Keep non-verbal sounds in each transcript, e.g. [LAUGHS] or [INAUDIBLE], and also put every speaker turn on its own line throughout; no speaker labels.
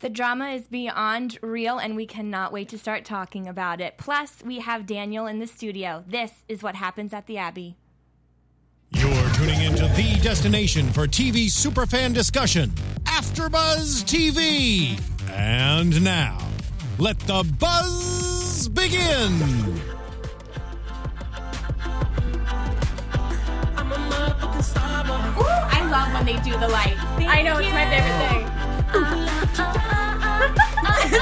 The drama is beyond real, and we cannot wait to start talking about it. Plus, we have Daniel in the studio. This is what happens at the Abbey.
You're tuning into the destination for TV superfan discussion, AfterBuzz TV. And now, let the buzz begin.
Ooh, I love when they do the lights. I know it's my favorite thing.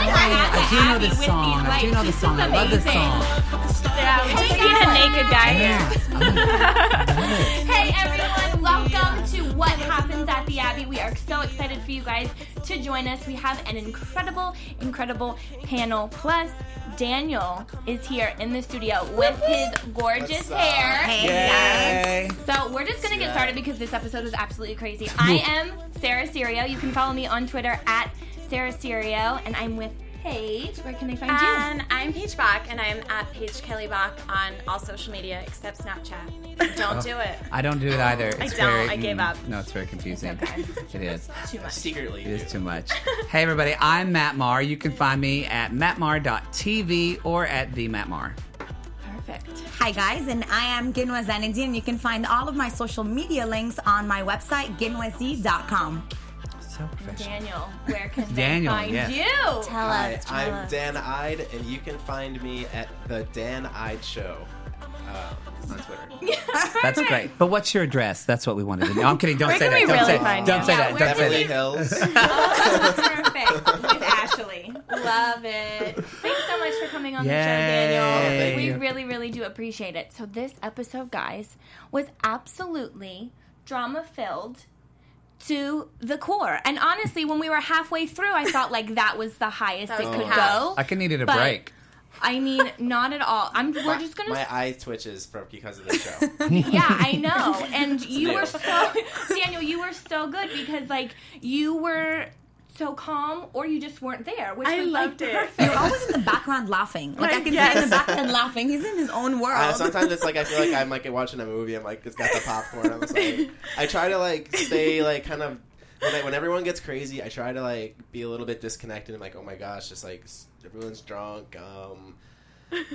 I do know this song. I do know this song. I love this song.
Yeah, we just need a naked guy here. [LAUGHS] Hey everyone, welcome to What Happens at the Abbey. We are so excited for you guys to join us. We have an incredible, incredible panel. Plus, Daniel is here in the studio with his gorgeous hair.
Yay.
So we're just gonna get started because this episode was absolutely
[LAUGHS]
crazy. I am Sarah Serio. You can follow me on Twitter at Sarah Serio, and I'm with Paige. Where can they find you?
And I'm Paige Bach, and I'm at Paige Kelly Bach on all social media except Snapchat. Don't do
[LAUGHS]
it.
I
[GASPS]
don't do it either. It's
don't.
Very,
I gave
mm,
up.
No, it's very confusing. [LAUGHS] It is.
Too much.
It is too
[LAUGHS]
much. Hey, everybody. I'm Matt Marr. You can find me at mattmarr.tv or at the Matt Marr.
Perfect.
Hi guys, and I am Ginwa Zanadine. and You can find all of my social media links on my website, ginwaz.com.
So professional.
Daniel, where can
Daniel,
they find
yeah.
you?
Tell
Hi, I'm Dan Ide, and you can find me at the Dan Ide Show uh, on
[LAUGHS]
Twitter.
That's great. But what's your address? That's what we wanted to know. I'm kidding. Don't
Where
say
can
that.
we
Don't
really
say,
find
don't
you?
say
Yeah,
that.
where can
Don't say
Beverly
that.
Hills.
Perfect. With Ashley. Love it. Thanks so much for coming on the show,
Yay.
Daniel.
Oh, thank
we
you.
really, really do appreciate it. So, this episode, guys, was absolutely drama filled to the core. And honestly, when we were halfway through, I thought like that was the highest it
was
could
the half.
go.
I could needed a
But-
break.
I mean, not at all. I'm, we're just going to
My eye twitches from because of
[LAUGHS]
this
[LAUGHS]
show.
yeah, I know. And you were
deal.
so
[LAUGHS]
Daniel, you were so good because like you were so calm or you just weren't there, which
I
was
loved
like,
it.
perfect.
[LAUGHS]
You're always in the background laughing. Like I can
Yes.
see in the background laughing. He's in his own world.
Uh,
[LAUGHS]
sometimes it's like I feel like I'm like watching a movie. I'm like it's got the popcorn. I'm just like I try to like stay like kind of when, I, when everyone gets crazy. I try to like be a little bit disconnected. I'm like oh my gosh, just like s- everyone's drunk. Um,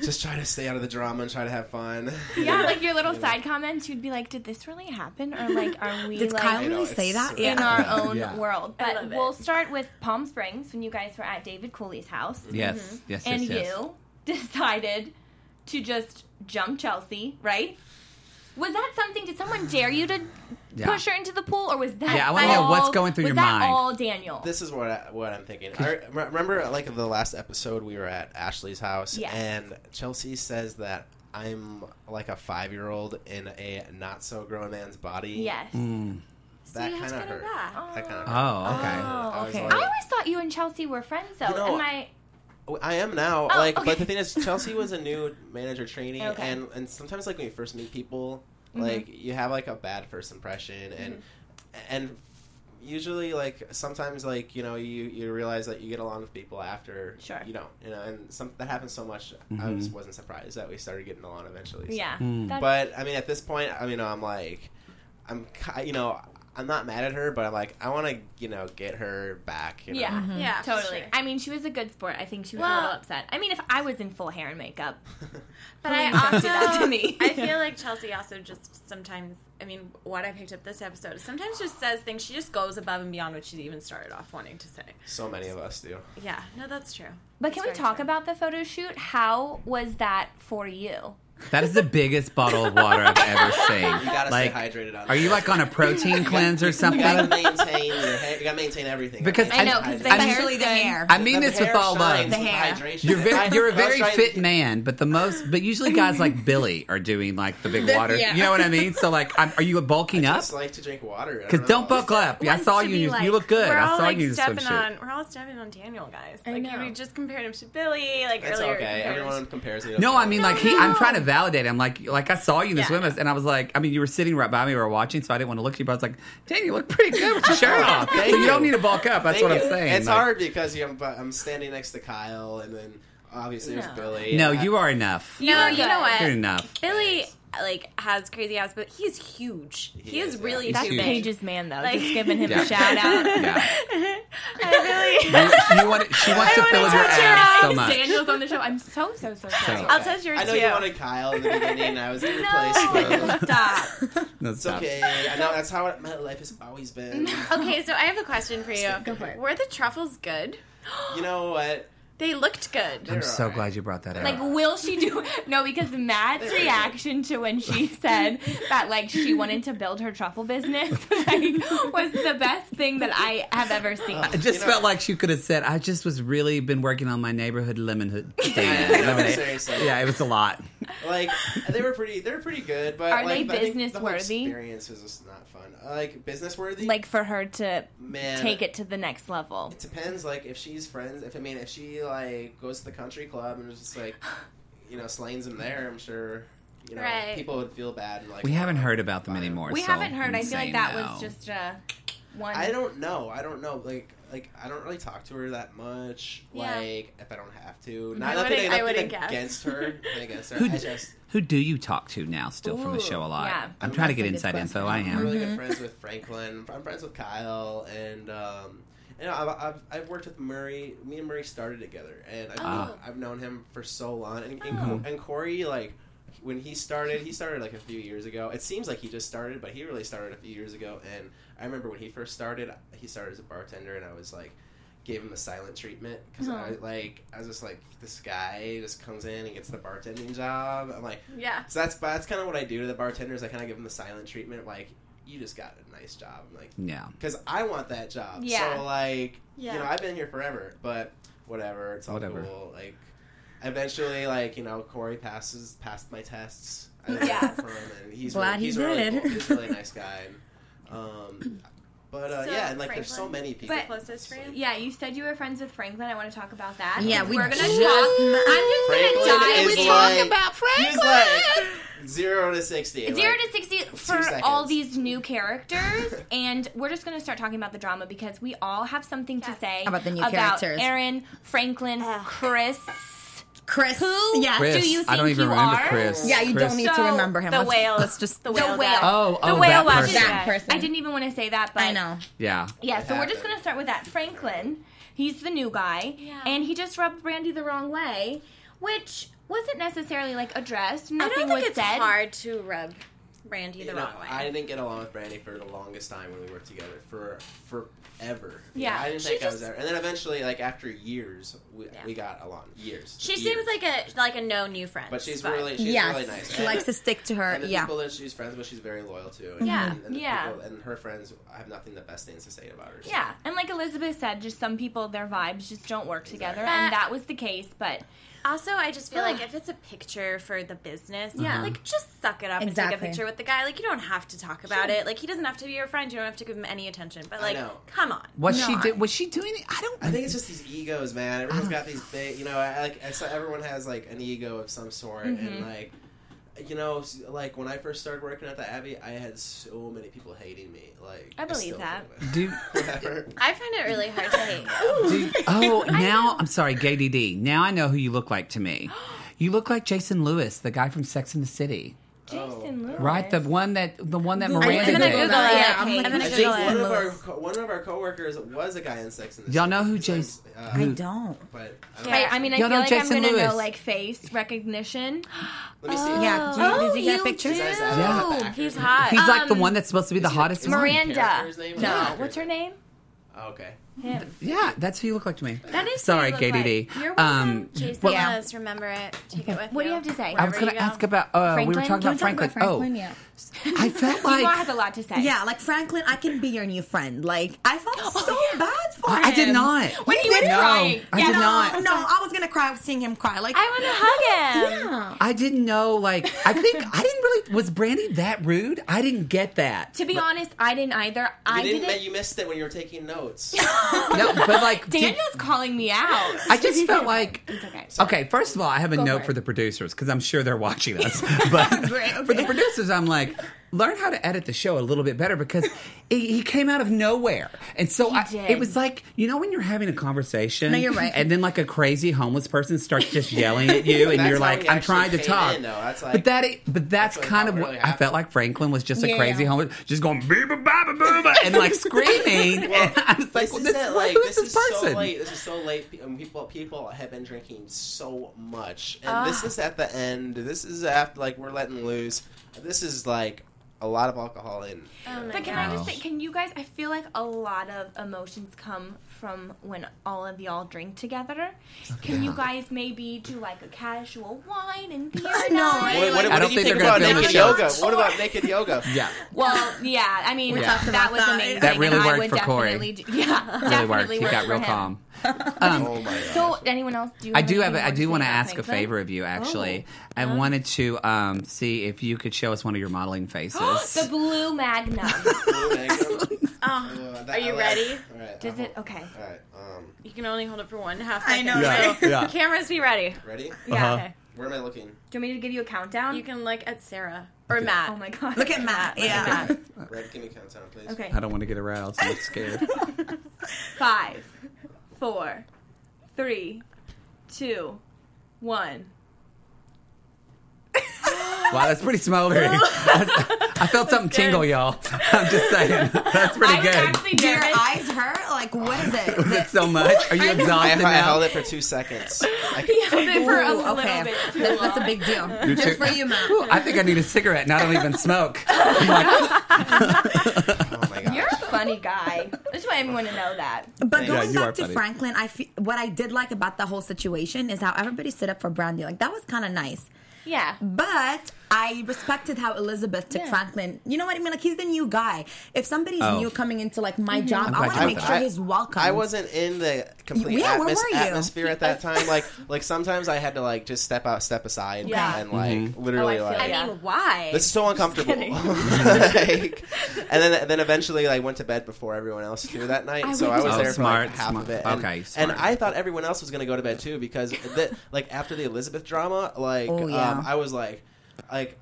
just try to stay out of the drama and try to have fun. [LAUGHS]
Yeah, like your little side comments, you'd be like, "Did this really happen?" Or like, "Are we
Did
like
Kyle
I know,
really
it's
say that?
[LAUGHS]
so-
in our
Yeah.
own
Yeah.
world?"
I
But
love it.
we'll start with Palm Springs when you guys were at David Cooley's house,
Yes. Yes. Yes.
Mm-hmm. and
yes.
you decided to just jump Chelsea, right? Was that something? Did someone dare you to
Yeah.
push her into the pool, or was that?
Yeah, I wanna know
all-
what's going through
was
your
that
mind.
All Daniel.
this is what I, what I'm thinking. I re- remember like the last episode we were at Ashley's house,
Yes.
and Chelsea says that I'm like a five year old in a not so grown man's body.
yes.
that
See,
kind
how's
of
gonna
hurt.
that?
That kind of hurt.
Mm. Oh, okay.
I was
okay.
I
like-
always thought you and Chelsea were friends, though.
You know,
Am I?
I am now.
Oh,
like,
okay.
but the thing is, Chelsea was a new manager trainee,
Okay. Mm-hmm.
and and sometimes like when you first meet people, like you have like a bad first impression, and and usually like sometimes like you know you you realize that you get along with people after
Sure.
you don't you know, and some that happens so much. I just wasn't surprised that we started getting along eventually. so.
Yeah.
Mm.
That's-
But I mean, at this point, I mean, I'm like, I'm ki- you know. I'm not mad at her, but I'm like, I want to, you know, get her back. You know?
yeah.
Yeah,
Mm-hmm. Totally.
sure.
I mean, she was a good sport. I think she was a
Well-
little upset. I mean, if I was in full hair and makeup,
But
Please
I
don't do
also,
that to me.
[LAUGHS]
[LAUGHS]
I feel like Chelsea also just sometimes. I mean, what I picked up this episode is sometimes just says things. She just goes above and beyond what she even started off wanting to say.
So many of us do.
Yeah, no, that's true.
but can we
That's very
talk
true.
about the photo shoot? How was that for you?
That is the biggest bottle of water I've ever seen.
You
[LAUGHS]
gotta
like,
stay hydrated on
Are you like on a protein cleanse or
You gotta
[LAUGHS]
something?
maintain your hair. You gotta maintain everything.
Because I
know, 'cause they-
Especially the hair.
I mean this with all love.
The hair.
You're very, you're a very fit
man.
man, but the most, but usually guys
[LAUGHS]
like Billy are doing like the big water.
yeah.
You know what I mean? So like, I'm, are you bulking up?
Just like to drink water.
Because don't buckle up. Yeah, I
Wants
saw
to
you.
be
You,
like-
look good.
We're
I
all,
saw
like,
you in some
stepping
shit.
on. We're all stepping on Daniel, guys.
I
Like
know.
we just compared him to Billy. Like
It's
earlier.
okay.
compared him
Everyone
to-
compares me. to
No, I
someone.
mean like he. I'm trying to validate. him. like, like I saw you in the
Yeah.
swim and I was like, I mean, you were sitting right by me, we were watching, so I didn't want to look at you, but I was like, dang, you look pretty good with your
[LAUGHS]
shirt off. So
Thank
you don't
you.
need to bulk up. That's
Thank
what I'm
you.
saying.
It's
Like,
hard because you know, but I'm standing next to Kyle, and then obviously there's
No.
Billy.
No,
and I-
you are enough.
You
No,
are
you
good.
know what?
You're enough.
Billy like has crazy abs, but he's huge. He,
He
is,
is, yeah.
really
He's
too
That's
huge.
big.
Paige's man, though.
[LAUGHS]
Like-
just giving him
[LAUGHS]
Yeah.
a shout out.
Yeah.
I really.
You, you want, she wants to fill
wanna
your
touch your
abs so
abs.
much.
Daniel's on the show. I'm so so so sorry.
I'll touch yours
I know
too.
you wanted Kyle in the beginning. and I was gonna replace him.
Stop.
No,
It's
stop.
okay. I know that's how my life has always been.
[LAUGHS] Okay, so I have a question for you.
Go for it.
Were the truffles good?
You know what?
They looked good.
I'm
They're
so
alright.
glad you brought that up.
Like, will she do? No, because Matt's reaction to when she said that, like, she wanted to build her truffle business, [LAUGHS] like, was the best thing that I have ever seen.
It just
You know-
felt like she could have said, "I just was really been working on my neighborhood lemon hood thing."
Yeah, no,
Lemonade.
seriously.
Yeah, it was a lot.
Like they were pretty. They were pretty good. But
Are
like,
they
but I think the whole
business-worthy?
Experience was just not fun. Like business worthy.
Like, for her to
man,
take it to the next level.
It depends. Like if she's friends. If I mean, if she like goes to the country club and is
[SIGHS]
just like, you know, slains him there. I'm sure. You know,
Right.
people would feel bad. And, like
We haven't heard about them anymore.
We
so
haven't heard.
I'm
I feel
saying
like that
no.
was just a one.
I don't know. I don't know. Like, like I don't really talk to her that much.
Yeah.
Like, if I don't have to,
wouldn't-
not nothing,
I
nothing
wouldn't guess.
against her. nothing against her.
Who
I
d-
just
Who do you talk to now, still from the
Ooh,
show a lot?
yeah.
I'm trying to get
That's a good
inside info.
question.
I am.
I'm really good friends with Franklin. I'm friends with Kyle, and um, you know, I've, I've, I've worked with Murray. Me and Murray started together, and I've,
Ah.
I've known him for so long. And, and,
Mm-hmm.
Co- and Corey, like when he started, he started like a few years ago. It seems like he just started, but he really started a few years ago. And I remember when he first started, he started as a bartender, and I was like. Gave him a silent treatment because I like I was just like this guy just comes in and gets the bartending job. I'm like,
Yeah.
so that's that's kind of what I do to the bartenders. I kind of give them the silent treatment, like you just got a nice job, I'm like
Yeah.
because I want that job.
Yeah.
So like,
Yeah.
you know, I've been here forever, but whatever, it's all
Whatever.
cool. Like, eventually, like you know, Corey passes passed my tests. I
Yeah.
yeah. From, and he's
Glad
really,
he
he's Really
did.
cool. He's a really nice guy. And, um, but uh,
So,
yeah, and like there's so
Franklin
many people.
But-
Closest friend?
Yeah, you said you were friends with Franklin. I want to talk about that.
Yeah, we
are gonna
just-
talk. I'm just
Franklin
gonna dive.
is
in.
like, about Franklin. He's like zero to sixty.
Zero
like,
to sixty for
seconds.
all these new characters, and we're just going to start talking about the drama because we all have something to
Yes.
say
About the new
about
characters.
Aaron, Franklin, Chris.
Chris.
Who?
Yes.
Chris,
Do you
I don't
think
even
you
remember
are?
Chris.
Yeah, you
Chris.
don't need to
So,
remember him.
the
Let's-
whale.
Let's just
The
The
whale.
whale.
guy.
Oh,
the
oh,
whale
that
watches
person.
That person.
I didn't even want to say that, but
I know.
Yeah.
Yeah, so we're just
happened.
gonna start with that. Franklin, he's the new guy,
Yeah.
and he just rubbed Brandy the wrong way, which wasn't necessarily like addressed.
I
Nothing
don't think
was
it's
said.
hard to rub Brandy
You
the
know,
wrong way.
I didn't get along with Brandy for the longest time when we worked together for forever.
Yeah,
I didn't
she
think I was
just-
ever. And then eventually, like after years, we,
Yeah.
we got along. Years.
she
Years.
seems like a like a no new friend.
But she's
vibe.
really, she's
Yes.
really nice.
She
And-
likes to stick to her.
And the
yeah.
people that she's friends with, she's very loyal to. And,
Yeah.
and, and the
Yeah.
People, and her friends have nothing the best things to say about her. So-
Yeah, and like Elizabeth said, just some people their vibes just don't work together,
Exactly.
and that was the case.
Oh.
But
Also, I just feel like if it's a picture for the business,
Uh-huh.
yeah, like just suck it up and take
Exactly.
a picture with the guy. Like you don't have to talk about it. Like he doesn't have to be your friend. You don't have to give him any attention. But like,
know.
come on.
What she
No,
did? Was she doing? it? I don't.
I think it's just these egos, man. Everyone's got these big, you know. I, like I saw everyone has like an ego of some sort,
Mm-hmm.
and like, you know, s- like when I first started working at the Abbey, I had so many people hating me. Like,
I believe
still
that.
Do,
do it. [LAUGHS]
[LAUGHS]
Whatever.
I find it really hard to hate. you.
do, oh, now I'm sorry, Gay DD. Now I know who you look like
[GASPS]
to me. You look like Jason Lewis, the guy from Sex and the City,
Jason Lewis,
right? The one that the one that
I'm
Miranda
gonna
did.
Google
it.
Yeah,
I'm
I'm
gonna
looking
I
at
think
Jason
one of our
Lewis.
co- one of our coworkers was a guy in Sex and the
Y'all
City.
know who
His name's,
Jason-
uh,
who-
I don't.
But I don't
Right, I mean, I
Y'all
feel
know
like
Jason
I'm gonna
Lewis.
know like face recognition.
Let me see.
Yeah. Did you,
Oh,
did you get
you
a picture?
did.
Yeah.
He's hot.
He's like the
Um,
one that's supposed to be the hottest one.
Miranda.
character's name?
No,
Yeah.
what's her name?
Oh, okay.
Him.
Yeah, that's who you look like to me.
That is who
sorry,
you look
Gay
like.
DD.
You're welcome. Jason
Um, well,
yeah.
Lewis, remember it. Take it with
What do you
you
have to say?
I was
Wherever
going
you
to
go.
ask about. Uh, we were
Franklin?
talking
Can we
about Franklin. oh,
yeah.
[LAUGHS]
I felt
Like,
like
has a lot to say.
Yeah, like Franklin, I can be your new friend. Like I [GASPS] felt so
yeah.
bad for him.
I, I did not.
When he was
no,
crying.
I
Yeah,
did
no,
not.
No, I was gonna cry seeing him cry. Like
I want to hug him.
yeah.
[LAUGHS] I didn't know. Like, I think I didn't really. Was Brandy that rude? I didn't get
[LAUGHS]
that.
To be honest, I didn't either. I
You didn't.
didn't.
You missed it when you were taking notes.
No, but like, did-
Daniel's calling me out.
I just felt like.
It's okay.
Okay, first of all, I have a
Go
note
for
for,
it. [LAUGHS]
the producers because I'm sure they're watching us. But
Great,
for the
okay.
producers, I'm like, learn how to edit the show a little bit better because he he came out of nowhere. And so I,
did.
it was like, you know, when you're having a conversation.
No, you're right.
And then like a crazy homeless person starts just yelling at you
[LAUGHS]
and
That's
you're
how
like,
he
I'm
actually
trying to
came
talk.
in, though. That's
but
like-
that, i- but that's,
what
kind of
really
what I
happened.
felt like Franklin was just a
Yeah.
crazy homeless, just going, beeba, baba, booba, and
[LAUGHS]
like screaming. and I was like,
This
well,
is
this,
it, like,
who's
this,
this,
is
person?
so late. This is so late. Pe- and People, people have been drinking so much, and this is at the end. This is after like we're letting loose. This is like a lot of alcohol in.
But can I just say, can you guys? I feel like a lot of emotions come from when all of y'all drink together. Can you guys maybe do like a casual wine
[LAUGHS]
and beer
I
night?
know,
What,
right?
what, what
I don't
do you
think
think
they're gonna
about
film the
naked
show.
yoga? What about naked yoga?
Yeah.
Well, yeah. I mean,
We talked
that
about
was
that.
amazing.
That really
and I
worked
would
for Corey.
definitely do- [LAUGHS] yeah,
Really
definitely
worked. He got
for
real
him. [LAUGHS]
calm. Um,
Oh my god.
So, anyone else? Do you
I
have
do
anything you Oh,
have. A,
uh-huh.
I do
say
want to
about
ask a
Franklin? [GASPS]
favor of you. Actually, I wanted to um, see if you could show us one of
[GASPS]
your modeling faces.
The blue magnum.
Uh,
Oh, are you ready?
All right.
Does it? Okay.
All right. Um,
You can only hold it for one half
I
second.
know, Yeah,
[LAUGHS] so-
yeah.
Cameras, be ready.
ready?
Yeah.
Uh-huh.
Okay.
Where am I looking?
Do you want me to give you a countdown?
You can look at Sarah or Matt.
Oh my god.
Look at Matt. Yeah.
Red, give me a countdown, please.
Okay.
I don't want to get aroused. I'm scared.
Five, four, three, two, one.
[LAUGHS] Wow, that's pretty smoldering.
[LAUGHS]
I, I felt something tingle, y'all. I'm just saying.
[LAUGHS]
That's pretty
I was
good.
actually
[LAUGHS] Do your
nervous. [LAUGHS]
eyes hurt? Like, what is
[LAUGHS]
it?
Was it so much? Are you
I, I
exhausted now?
held it for two seconds. I
He held it for a
Ooh,
little
okay.
bit too long.
That's, that's a big deal.
You
Just
too-
for you, Matt.
Ooh, I think I need a cigarette, and I don't even smoke.
[LAUGHS]
oh my god.
You're a funny guy. That's why everyone to know that.
But
Yeah,
going
you are
back to
funny.
Franklin, I fe- what I did like about the whole situation is how everybody stood up for Brandy. Like that was kind of nice.
Yeah.
But I respected how Elizabeth took
Yeah.
Franklin. You know what I mean? Like he's the new guy. If somebody's
Oh.
new coming into like my job, I
glad
want
you
to make
did
sure
that.
he's welcome.
I wasn't in the complete
Yeah, where
atmos-
were you?
atmosphere at that time. Like, like sometimes I had to like just step out, step aside,
Yeah.
and like
Mm-hmm.
literally
Oh, I feel
like
you.
I mean, why?
this is so
[LAUGHS]
uncomfortable. like, [LAUGHS] and then, then eventually, like went to bed before everyone else through that night. so
would
I was
Oh,
there for
smart,
like, half
smart.
of it. And,
Okay,
and
smart.
I thought everyone else was going to go to bed too because the, like after the Elizabeth drama, like
Oh, yeah.
um, I was like, like.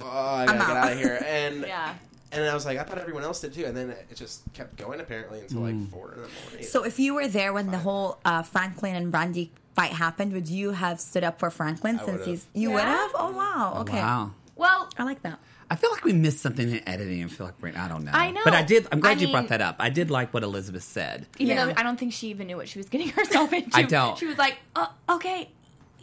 Oh, I
I'm
gotta get
out.
out of
[LAUGHS]
here, and
Yeah.
and I was like, I thought everyone else did too, and then it just kept going apparently until
Mm.
like four in the morning.
So if you were there when the whole uh, Franklin and Brandy fight happened, would you have stood up for Franklin since
would've.
he's you would have? Oh wow. Okay.
Wow.
Well,
I like that.
I feel like we missed something in editing. I feel like we're, I don't know.
I know.
But I did. I'm glad
I
you brought
mean-
that up. I did like what Elizabeth said.
even
Yeah.
though I don't think she even knew what she was getting [LAUGHS] herself into.
I don't.
She was like, oh, okay,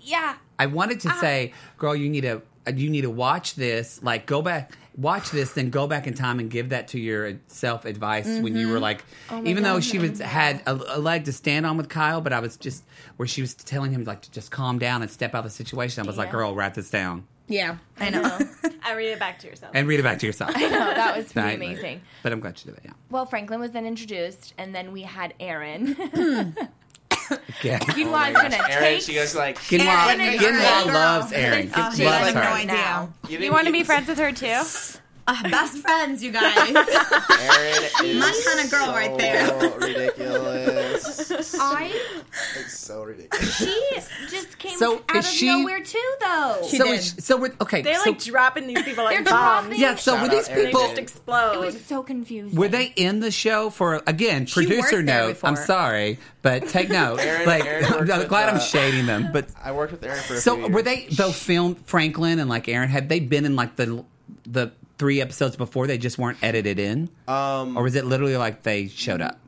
yeah.
I wanted to say, girl, you need to you need to watch this. Like, go back, watch this, then go back in time and give that to your self advice when you were like, even though she was had a, a leg to stand on with Kyle, but I was just where she was telling him like to just calm down and step out of the situation. I was like,
Yeah.
girl, write this down
Yeah, I [LAUGHS] know.
I read it back to yourself.
and read it back to yourself.
[LAUGHS] No, Oh, that was pretty
Right.
amazing.
But I'm glad you did it. Yeah.
[LAUGHS] Well, Franklin was then introduced, and then we had [LAUGHS] Aaron.
Yeah.
Quinoa
Oh my
is
Oh gosh.
gonna
Aaron,
take.
she goes like,
Quinoa,
Aaron
is
Quinoa
great.
loves Aaron.
Uh,
Loves
she
has
loves
her.
no
her.
idea.
Now.
didn't-
You want to be friends with her too?
Uh, [LAUGHS] best friends, you guys. [LAUGHS]
Aaron is
My kinda girl
so
right there.
[LAUGHS] Ridiculous.
I
It's so ridiculous.
she just came
So,
out of
is she-
nowhere too, though.
So, is- so we're okay.
They're
so,
like dropping these people like
They're
bombs.
dropping.
yeah. So
Shout
were
out
these
Aaron
They
people?
just explode.
It was so confusing.
Were they in the show for again producer
worked there
note? I'm
before.
sorry, but take note.
Erin-
like
Erin
I'm
worked
glad
with,
I'm
uh,
shading them, but
I worked with Aaron for a few
so were
years.
they though filmed Franklin and like Aaron? Had they been in like the the three episodes before? They just weren't edited in,
Um,
or was it literally like they showed up?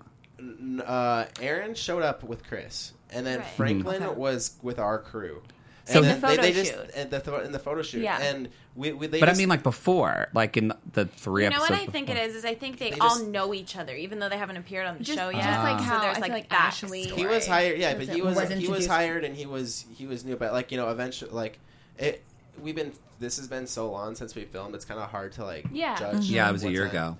uh, Aaron showed up with Chris, and then
Right.
Franklin was with our crew.
So-
and
In
then
the
they, they
photo
just
shoot.
and the pho- in the photo shoot,
Yeah.
and we, we they
But I
just-
mean, like before, like in the three
You know
episodes.
what I think it
before.
is? Is I think they,
They
all
just-
know each other, even though they haven't appeared on the
Just-
show yet.
just like
so
how
there's
I
like,
feel like
backstory.
Ashley-
he was hired. Yeah, but he was,
was
he was
introduced.
hired, and he was he was new. But like you know, eventually, like it. We've been this has been so long since we filmed. It's kind of hard to like
Yeah.
judge.
Yeah, it was a
what's
year
on-
ago.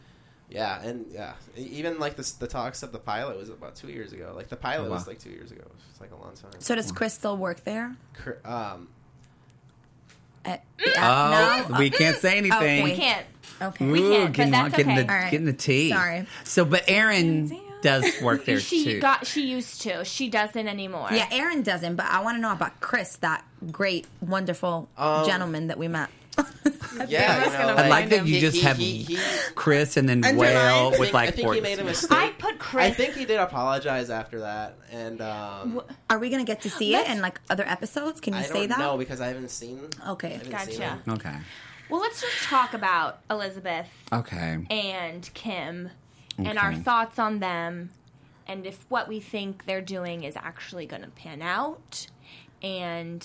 Yeah, and yeah, E- even like this, the talks of the pilot was about two years ago. Like the pilot
Oh, wow.
was like two years ago. It's like a long time.
so does Chris still work there?
Cr- um,
At,
Oh,
at- no?
we Mm. can't say anything.
wait.
We can't.
Okay.
Ooh,
can't, but
getting,
that's
getting
okay.
the
All right.
getting the tea.
Sorry.
So, but Aaron does
[LAUGHS]
work there
she
too.
got. She used to. She doesn't anymore.
Yeah, Aaron
Um, [LAUGHS]
doesn't, but I want to know about Chris, that great, wonderful gentleman that we met.
yeah,
Grandma's
you
gonna
know,
I
I
like
know.
that you
He-
just
he-
have
he- he-
Chris and then
I
Whale
think-
with
I
like
think he made a
four.
mistake.
I put Chris.
I think he did apologize after that, and um,
Are we gonna get to see it in like other episodes? Can you
I
say
don't
that?
know because I haven't seen.
Okay.
I haven't seen
Gotcha.
it.
Okay.
Well, let's just talk about Elizabeth
Okay.
and Kim and our
Okay.
thoughts on them and if what we think they're doing is actually going to pan out and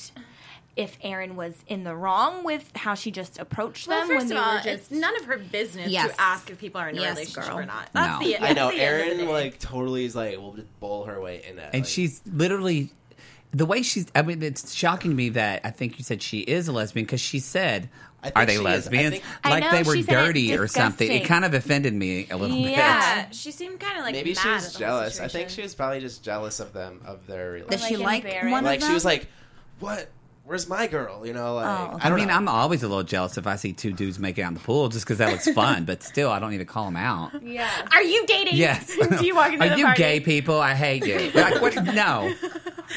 if Erin was in the wrong with how she just approached
Well,
them
first
when
of all,
they were
it's
just
none of her business
Yes.
to ask if people are in a
Yes,
relationship
girl.
or not. That's
No.
the
I
that's
know
the end of the
Aaron
day.
like totally is like will just bowl her way in it,
And
like,
she's literally the way she's. I mean, it's shocking to me that I think you said she is a lesbian because she said,
I think
"Are they
she is. I
lesbians?"
think-
I
Like
know,
they
she
were
said it
dirty or something. It
disgusting.
kind of offended me a little
Yeah.
bit.
Yeah, she seemed kind of like
maybe
mad
she
at
was
the whole
jealous. I think
situation.
she was probably just jealous of them of their
Does
relationship.
she like
embarrassed.
one
Like
of them?
she was like, "What? Where's my girl?" You know, like
Oh.
I
I
don't
mean,
know.
I'm always a little jealous if I see two dudes making out in the pool just because that looks fun. but still, I don't need to call them out.
yeah
Are you dating?
Yes.
[LAUGHS] Do you walk into
Are
the
you
party?
gay people? I hate you. Like, what? No.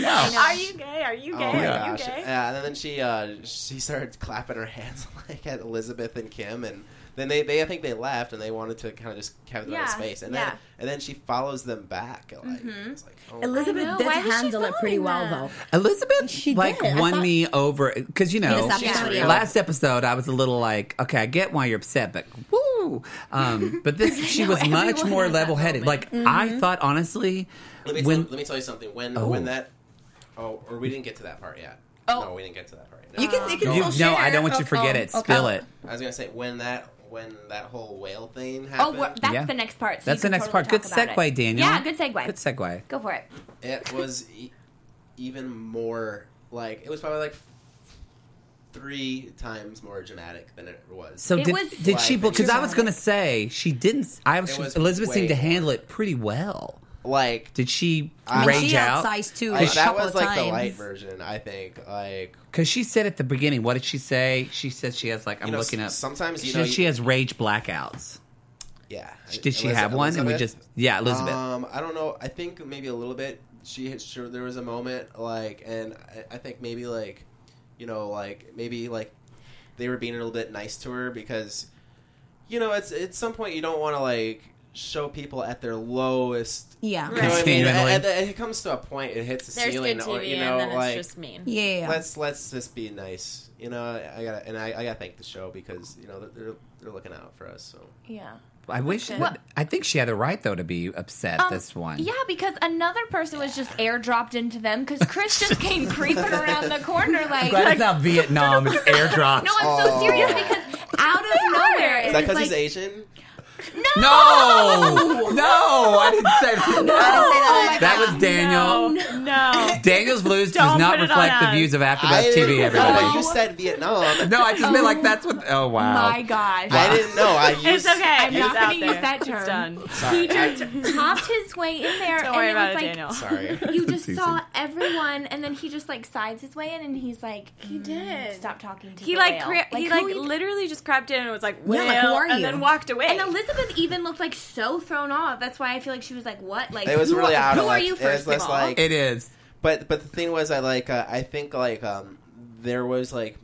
No.
Are you gay? Are you gay?
Oh
Are
my
you
gosh!
gay?
Yeah, and then she uh, she started clapping her [LAUGHS] hands like at Elizabeth and Kim, and then they, they I think they left and they wanted to kind of just have their own
Yeah,
space, and
yeah.
then and then she follows them back. Like, it's like, oh my
Mm-hmm. Elizabeth
I know,
did
why was she
handle it pretty
filming
well
that?
though.
Elizabeth
She
like
did. I
won
thought-
me over because you know
This episode, yeah.
last episode I was a little like okay I get why you're upset but woo um, but
[LAUGHS]
this she was much
everyone
more
has that
level headed like
moment.
Mm-hmm.
I thought honestly
Let me,
when
tell, let me tell you something. When
Oh.
when that oh, or we didn't get to that part yet.
Oh.
no, we didn't get to that part. No.
You can, you can
you,
still share.
no I don't want you to forget
Oh,
it
okay.
spill it
I was gonna say when that when that whole whale thing
oh
happened.
we're, that's
Yeah.
the next part so
that's the
you can
next
totally
part good
talk about
segue
it.
Daniel
yeah good segue
good segue
go for it
it was e- even more like it was probably like three times more dramatic than it was.
so
It
did,
was-
did she
Like,
because I
she's
was
on
gonna say she didn't I was,
It was
Elizabeth seemed to
way
handle
more.
it pretty well
like
did she
I-
rage
She
out
outsized too.
Like,
a
that
couple of
was like the
times.
light version, I think. Like
Because she said at the beginning, what did she say? She said she has like I'm
know,
looking
s-
up.
sometimes, you
she,
know,
she
you-
has rage blackouts.
yeah,
Did she
Eliza-
have one? And we
Elizabeth?
just yeah, Elizabeth.
Um, I don't know. I think maybe a little bit. She had- sure there was a moment like, and I, I think maybe like, you know, like maybe like they were being a little bit nice to her because, you know, it's at some point you don't want to like show people at their lowest.
Yeah.
You know what I mean?
Continually.
At- at- it comes to a point it hits the
There's
ceiling,
good TV,
or you know,
and then
like
it's just mean.
Yeah. yeah, yeah.
let's let's just be nice. You know, I I gotta and I, I gotta thank the show because you know they're- they're they're looking out for us. So
yeah
I wish.
What-
I think she had the right though to be upset.
Um,
this one.
Yeah, because another person was just airdropped into them because Chris just came
[LAUGHS]
creeping around the corner like.
Glad it's not Vietnam. It's
[LAUGHS]
airdrops.
no, I'm so serious because out of [LAUGHS] nowhere,
is
it
that
was
because
like,
he's Asian?
no, no, I didn't say that.
Oh
that.
that was Daniel.
[LAUGHS] No.
Daniel's blues does
Don't
not
put it
reflect
on
the
us.
views of AfterBuzz TV.
didn't know.
Everybody.
You said Vietnam.
No, I just meant like that's what. Oh wow.
My gosh,
I didn't know. I used.
It's okay.
I'm
It's
not
out
going to use
there.
that term.
It's done.
Sorry. I-
Popped his way [LAUGHS] in there, and
Don't worry
it
about it,
was like
Daniel.
sorry. [LAUGHS]
you just
Teasing.
saw everyone, and then he just like sides his way in, and he's like, he
did.
Mm. stop talking to
He
the
like,
whale."
cre- he
who
like
are you-
literally just crept in and was like,
like,
"Well,"
who are
and
you?
then walked away.
And Elizabeth even looked like so thrown off. That's why I feel like she was like, "What? Like,
It was
who,
really
are,
out
who
of
are
like,
you?"
it was
First of
just
all,
like,
It is.
but but the thing was, I like. Uh, I think like um, there was like.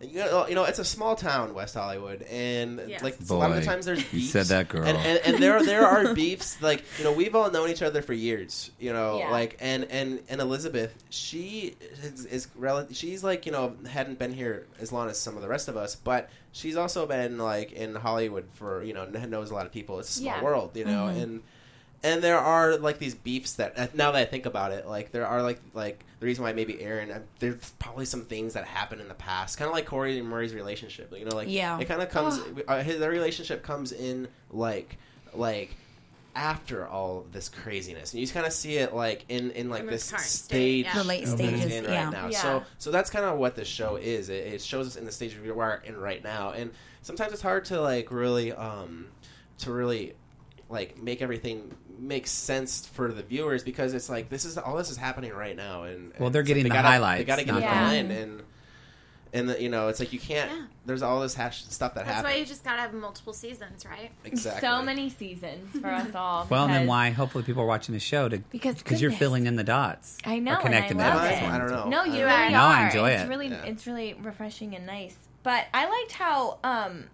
You know, you know, it's a small town, West Hollywood, and
Yes.
like a lot of the
Boy,
times there's
you
beefs.
said that, girl.
And, and, and there
[LAUGHS]
there are beefs. Like you know, we've all known each other for years. You know,
Yeah.
like and and and Elizabeth, she is, is rel- She's like you know hadn't been here as long as some of the rest of us, but she's also been like in Hollywood for you know kn- knows a lot of people. It's a small
Yeah. Mm-hmm.
world, you know, and and there are like these beefs that uh, now that I think about it, like there are like like the reason why maybe Aaron uh, there's probably some things that happened in the past, kind of like Corey and Murray's relationship. You know, like
Yeah.
it kind of comes uh, his, their relationship comes in like like after all of this craziness, and you kind of see it like in in like
In
this
its current state,
stage,
yeah. The
late
of
stages,
it's in right
yeah.
now.
Yeah.
So so that's kind of what the show is. It, it shows us in the stage we are in right now, and sometimes it's hard to like really um to really like make everything make sense for the viewers because it's like this is all this is happening right now, and, and
Well, they're
it's like
getting
they
the
gotta,
highlights,
They got to get
not
it
the- Yeah.
all in, and and the, you know it's like you can't.
Yeah.
There's all this hash stuff that
That's why you
happens.
just gotta have multiple seasons, right? [LAUGHS]
exactly.
so many seasons for us all.
[LAUGHS] Well, and then
because-
why? Hopefully, people are watching the show to
Because
you're
goodness.
filling in the dots.
I know, and
or
I
connecting the
love
dots.
it.
I don't know.
No, you
I don't
really
know.
No, I
are.
enjoy
it's
it.
Really,
Yeah.
it's really refreshing and nice. But I liked how um,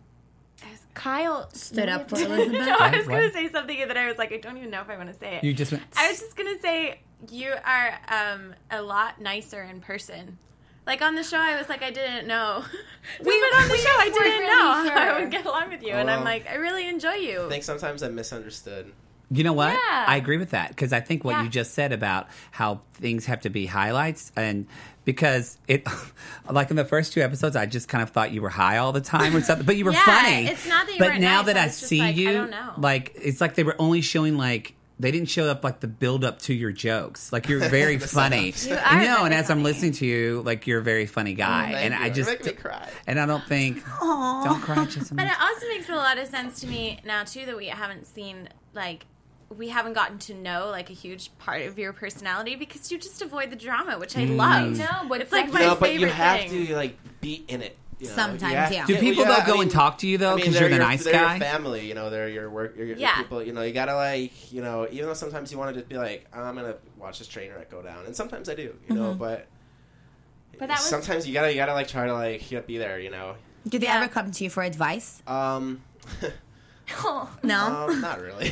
Kyle
Stood up for Elizabeth.
No, I was
What?
gonna say something and then I was like, I don't even know if I want to say it.
You just went.
I was just gonna say you are um, a lot nicer in person. Like on the show, I was like, I didn't know. [LAUGHS] We but on the show, I didn't know [LAUGHS]
really
how
sure.
I would get along with you, and
Oh.
I'm like, I really enjoy you.
I think sometimes I'm misunderstood.
You know what?
Yeah.
I agree with that because I think what you just said about how things have to be highlights and because it, [LAUGHS] like in the first two episodes, I just kind of thought you were high all the time or something, but you were
[LAUGHS] Yeah,
funny.
it's not that you
but
weren't
now
nice,
that
I
I,
was just
see
like, I
you,
don't know.
like it's like they were only showing like. They didn't show up like the build up to your jokes. Like you're
[LAUGHS]
very
The
funny.
setups. You
are
no,
really
and as I'm
funny.
listening to you, like you're a very funny guy,
Mm, Thank
and I
you.
just
you make me cry.
and I don't
[LAUGHS]
think don't cry. Just
But it also makes a lot of sense to me now too that we haven't seen like we haven't gotten to know like a huge part of your personality because you just avoid the drama, which I love.
No, but
it's like
that's
my
Mm. no, but you
favorite
have
thing.
to like be in it. you know? You
Sometimes,
have to
yeah.
Do
get-
people
well, yeah,
though go
I mean-
and talk to you
I
though
mean,
because
they're
you're the
your-
nice
they're
guy?
Your family, you know, they're your work, your, your
Yeah.
people. You know, you gotta like, you know, even though sometimes you want to just be like, I'm gonna watch this train wreck go down, and sometimes I do, you know,
Mm-hmm.
but.
[LAUGHS] But that was-
sometimes you gotta you gotta like try to like yeah, be there, you know.
Do they
Yeah.
ever come to you for advice?
Um, [LAUGHS]
Oh,
No.
um not
[LAUGHS]
really.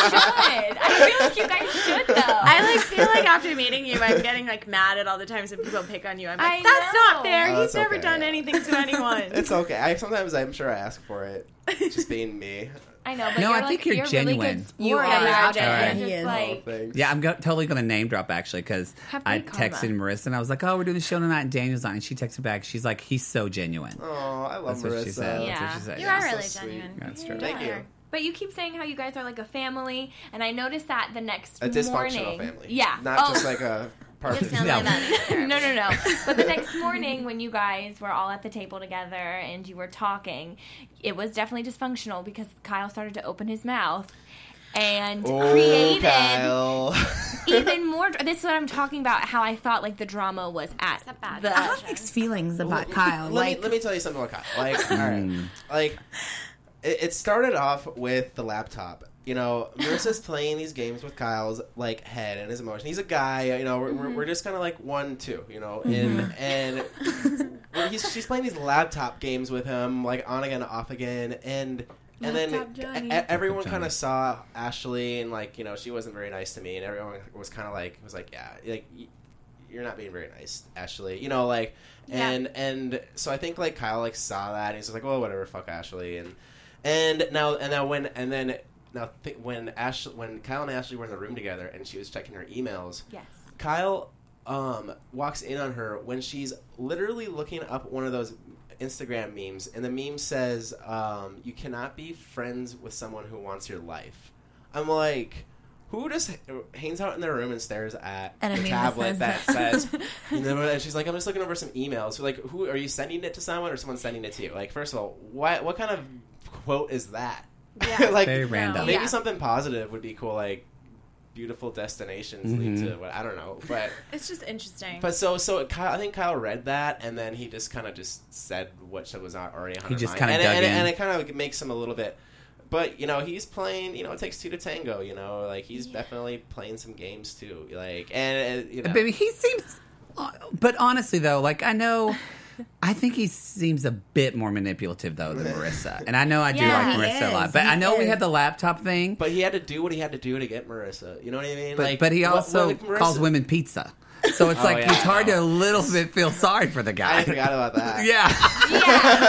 I feel like you should. I feel like you guys should though.
[LAUGHS] I like feel like after meeting you, I'm getting like mad at all the times that people pick on you. I'm like,
I
that's
know.
not fair.
Oh,
He's
it's
never
okay,
done
yeah.
anything to anyone.
[LAUGHS] [LAUGHS] it's okay. I sometimes I'm sure I ask for it, just being me.
I know, but
No,
you're
I
like,
think you're
you're Really
genuine.
good sport.
You are.
You're
Yeah,
out there.
Alright.
You're
He
just
is.
like,
Thanks.
Yeah, I'm go- totally going to name drop actually because
Have
I
great karma.
texted Marissa and I was like, "Oh, we're doing the show tonight," and Daniel's on, and she texted back. She's like, "He's so genuine."
Oh, I
That's
love
what
Marissa.
she said.
Yeah.
That's what she said.
you
yeah.
are really
so sweet.
genuine.
That's true.
Thank you.
But you keep saying how you guys are like a family, and I noticed that the next
A dysfunctional
morning.
family.
Yeah.
Not
oh.
just
[LAUGHS]
like a perfect.
sounds like that.
no, no, no. But the
[LAUGHS]
next morning, when you guys were all at the table together and you were talking, it was definitely dysfunctional because Kyle started to open his mouth and
Oh,
created
Kyle.
even more. dr- This is what I'm talking about. How I thought like the drama was at
a bad
the
I
[LAUGHS]
have mixed feelings about Kyle.
[LAUGHS] Let
like,
me let me tell you something about Kyle. Like, all
Mm.
right, like it, it started off with the laptop. You know, Marissa's playing these games with Kyle's like head and his emotion. He's a guy. You know, we're,
Mm-hmm.
we're, we're just kind of like one two. You know,
Mm-hmm.
and and well, he's, she's playing these laptop games with him, like on again, off again, and. And
Laptop
then
Johnny.
e- everyone
Laptop Johnny.
kind of saw Ashley, and like you know, she wasn't very nice to me, and everyone was kind of like was like, yeah, like y- you're not being very nice, Ashley. You know, like and and so I think like Kyle like saw that and he's just like, well, whatever, fuck Ashley. And and now and now when and then now th- when Ash when Kyle and Ashley were in the room together and she was checking her emails,
yes.
Kyle um walks in on her when she's literally looking up one of those Instagram memes, and the meme says, um, "You cannot be friends with someone who wants your life." I'm like. Who just h- hangs out in their room and stares at
And a
the
meme that
tablet
says that.
that
[LAUGHS]
says and then and she's like, I'm just looking over some emails. So like, who are you sending it to someone or someone sending it to you? Like, first of all, what what kind of quote is that?
Yeah.
[LAUGHS] like
Very random.
Maybe
Yeah.
something positive would be cool, like beautiful destinations lead
Mm-hmm.
to what I don't know, but
It's just interesting.
but so so Kyle, I think Kyle read that and then he just kind of just said what was not already on
He
her
just
mind.
kinda
and, it-
dug
and, it-
in.
and it kind of makes him a little bit. But you know he's playing. You know it takes two to tango. You know like he's definitely playing some games too. Like and uh, you know
Baby, he seems. But honestly, though, like I know, I think he seems a bit more manipulative though than
[LAUGHS]
Marissa, and I know I do
Yeah,
like
he
Marissa a lot.
is.
But
He
I know we
is.
had the laptop thing, but
But he had to do what he had to do to get Marissa. You know what I mean?
but,
like,
he
what-
also
what- Marissa-
calls women pizza, so it's
Oh,
like
yeah,
it's hard
I
to a little bit feel sorry for the guy.
I forgot about
[LAUGHS]
that.
yeah.